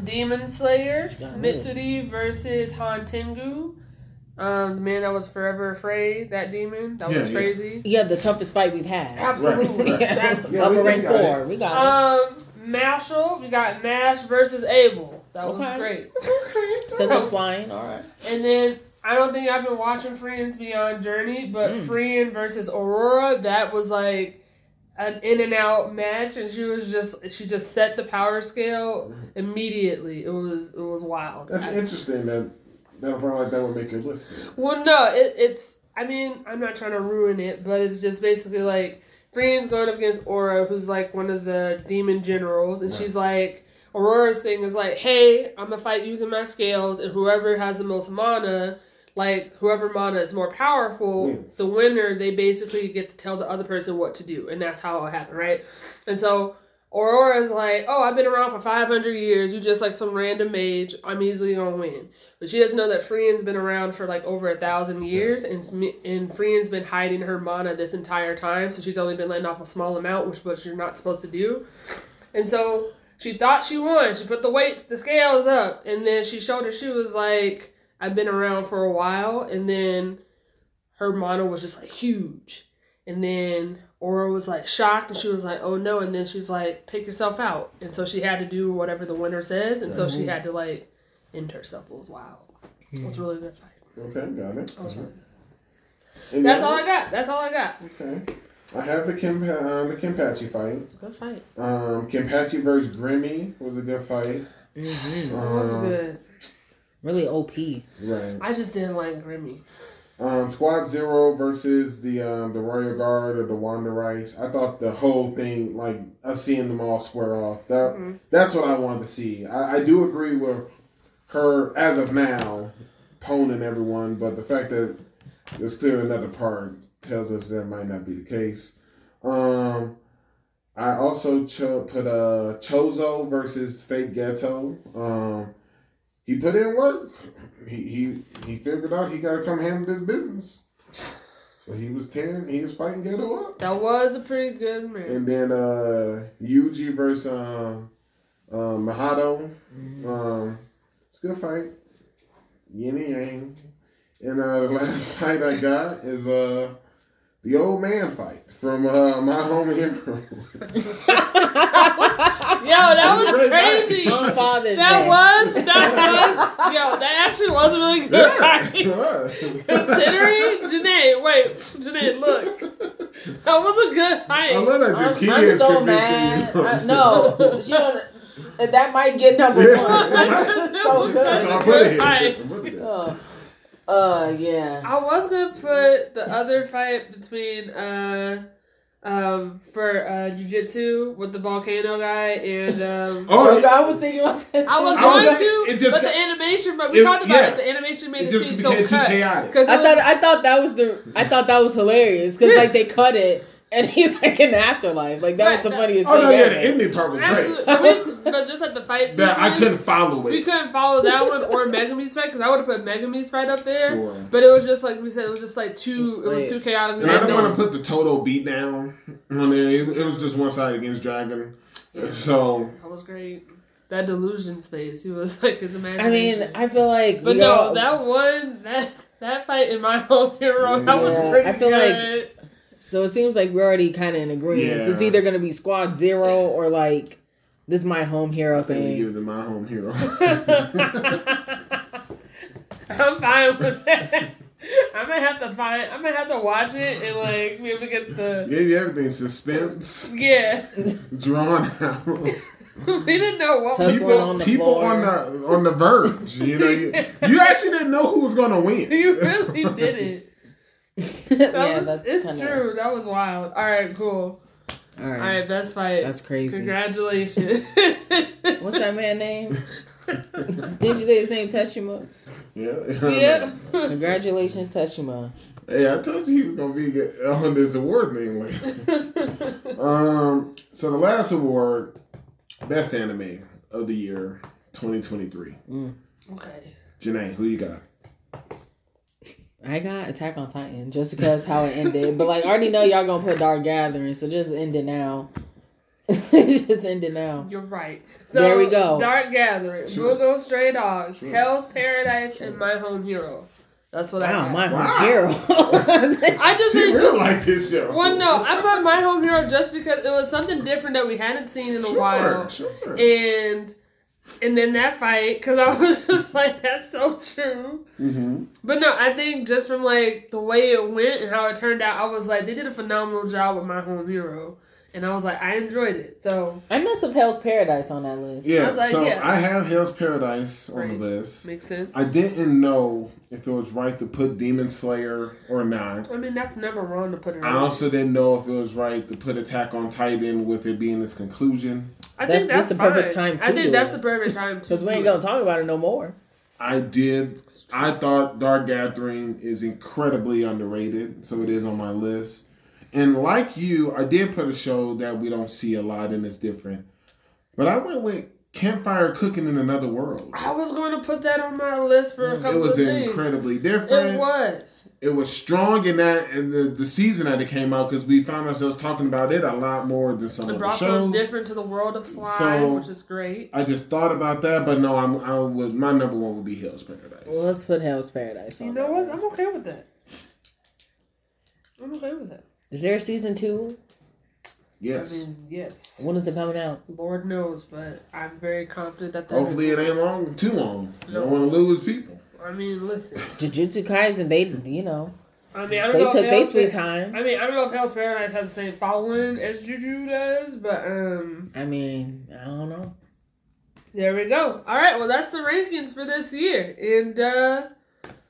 Demon Slayer, Yeah, it is. Mitsuri versus Han Tengu. Um, the man that was forever afraid, that demon, that Yeah, was yeah. crazy. Yeah, the toughest fight we've had. Absolutely. Right. That's- Yeah, we- upper we rank got four. We got Um, Mashal, we got Nash versus Abel. That was Okay. great. it. Semi flying. All right. And then I don't think I've been watching Friends Beyond Journey, but Mm. Friend versus Aurora, that was like an in and out match, and she was just she just set the power scale immediately. It was it was wild. That's I- interesting that that front like that would make your list. then. Well, no, it, it's. I mean, I'm not trying to ruin it, but it's just basically like Friend's going up against Aura, who's like one of the demon generals, and Right. she's like, Aurora's thing is like, hey, I'm gonna fight using my scales, and whoever has the most mana, like whoever mana is more powerful, Mm. the winner, they basically get to tell the other person what to do, and that's how it happened, right? And so Aurora's like, oh, I've been around for 500 years. You just like some random mage. I'm easily gonna win. But she doesn't know that Friend's been around for like over a thousand years, and me- and Friend's been hiding her mana this entire time. So she's only been letting off a small amount, which what you're not supposed to do. And so she thought she won. She put the weight, the scales up, and then she showed her she was like, I've been around for a while, and then her mana was just like huge. And then Aura was like shocked and she was like, oh no. And then she's like, take yourself out. And so she had to do whatever the winner says. And so she had to like end herself. It was wild. It was a really good fight. Okay, got it. It was really good. Any That's other- all I got. That's all I got. Okay. I have the Kim uh, the Kimpachi fight. It's a good fight. Um, Kimpachi versus Grimmy was a good fight. hmm It was Um, good. Really OP. Right. I just didn't like Grimmy. Um, Squad Zero versus the um, the Royal Guard or the Wanda Rice. I thought the whole thing, like us seeing them all square off, that Mhm. that's what I wanted to see. I, I do agree with her as of now, poning everyone, but the fact that there's clearly another part tells us that might not be the case. Um, I also cho- put uh, Chozo versus Fake Ghetto. Um, he put in work. He, he he figured out he got to come handle this business. So he was tearing, he was fighting Ghetto up. That was a pretty good man. And then uh, Yuji versus um, um, Mahado. Um, it's a good fight. Yin and yang. And uh, the last fight I got is uh, the old man fight from uh, my home hero. Yo, that was Great fight. crazy. On Father's That Day. was that was yo, that actually was a really good fight. Considering Janae, wait, Janae, look, that was a good I fight. love that your I'm, kids I'm so convincing mad. you. I, no, you know that- that might get number Yeah. one. It's so That's why I good. put it here. Right. I put it there. Oh, uh, yeah. I was gonna put the other fight between uh um for uh jujitsu with the volcano guy and um. Oh, I was thinking about that. I was too. I was going like- to, it just but got- the animation. But we it- talked about yeah. it. The animation made it it, just seem so became too cut chaotic. because I thought I thought that was the I thought that was hilarious because like they cut it and he's like in the afterlife like that was the Right, funniest Oh thing no, yeah, the ever. ending part was absolutely. great. But, we just- but just at the fight scene, That I couldn't follow we it. couldn't follow that one or Megami's fight because I would have put Megami's fight up there. Sure. But it was just like we said, it was just like too. It was Right. too chaotic. And I don't No. want to put the total beat down on it. It it was just one side against Dragon. So That was great. That delusion space. He was like his I imagination. mean, I feel like but we no, all- that one, that that fight in my home hero, that was Yeah, pretty I feel like- good. so it seems like we're already kind of in agreement. Yeah. It's either gonna be Squad Zero or like this is my home hero I think we give thing. it to my home hero. I'm fine with that. I might have to find. I might have to watch it and like be able to get the. Gave you everything suspense, Yeah, drawn out. we didn't know what was. Tussling people, on the people floor. on the on the verge. You know, you, you actually didn't know who was gonna win. You really didn't. That yeah, was, that's it's kind of true. That was wild. All right, cool. All right. All right, best fight. That's crazy. Congratulations. What's that man name? Didn't you say his name Teshima? Yeah. Yep. Congratulations, Teshima. Hey, I told you he was gonna be on this award thing. um, so the last award, best anime of the year, 2023. okay. Janae, who you got? I got Attack on Titan just because how it ended. but like I already know y'all gonna put Dark Gathering, so just end it now. just end it now. You're right. So There we go. Dark Gathering, Sure. Bungo Stray Dogs, Sure. Hell's Paradise, and My Home Hero. That's what I Wow, got. my Wow. hero. I just She did really like this show. well no, I put My Home Hero just because it was something different that we hadn't seen in a Sure, while. sure. And and then that fight, because I was just like, that's so true. Mm-hmm. But no, I think just from like the way it went and how it turned out, I was like, they did a phenomenal job with my home hero, and I was like, I enjoyed it. So I mess with Hell's Paradise on that list. yeah. Sounds like so it. I have Hell's Paradise on Right. the list. makes sense. I didn't know if it was right to put Demon Slayer or not. I mean, that's never wrong to put it. I on. also didn't know if it was right to put Attack on Titan with it being its conclusion. I That's- think that's that's, the perfect fine. time to I think do that's it. the perfect time to. Because we ain't do it. gonna talk about it no more. I did. I thought Dark Gathering is incredibly underrated, so it is on my list. And like you, I did put a show that we don't see a lot and it's different. But I went with Campfire Cooking in Another World. I was going to put that on my list for a It couple was of things. incredibly It different. was. it was strong in that in the, the season that it came out because we found ourselves talking about it a lot more than some It of the brought something shows. different to the world of slime, So- which is great. I just thought about that, but no, I'm I would my number one would be Hell's Paradise. Well, let's put Hell's Paradise on. You know that what? list. I'm okay with that. I'm okay with that. Is there a season two? I yes, mean, yes. When is it coming out? Lord knows, but I'm very confident that. there hopefully is- it ain't long too long. You don't want to lose people. I mean, listen. Jujutsu Kaisen, they you know I mean, I don't they know. took if their Hell's sweet Pa- time. I mean, I don't know if Hell's Paradise has the same following as Juju does, but um, I mean, I don't know. there we go. All right, well, that's the rankings for this year, and uh,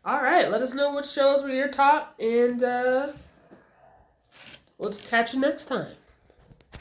all right, let us know what shows were your top, and uh, we'll catch you next time.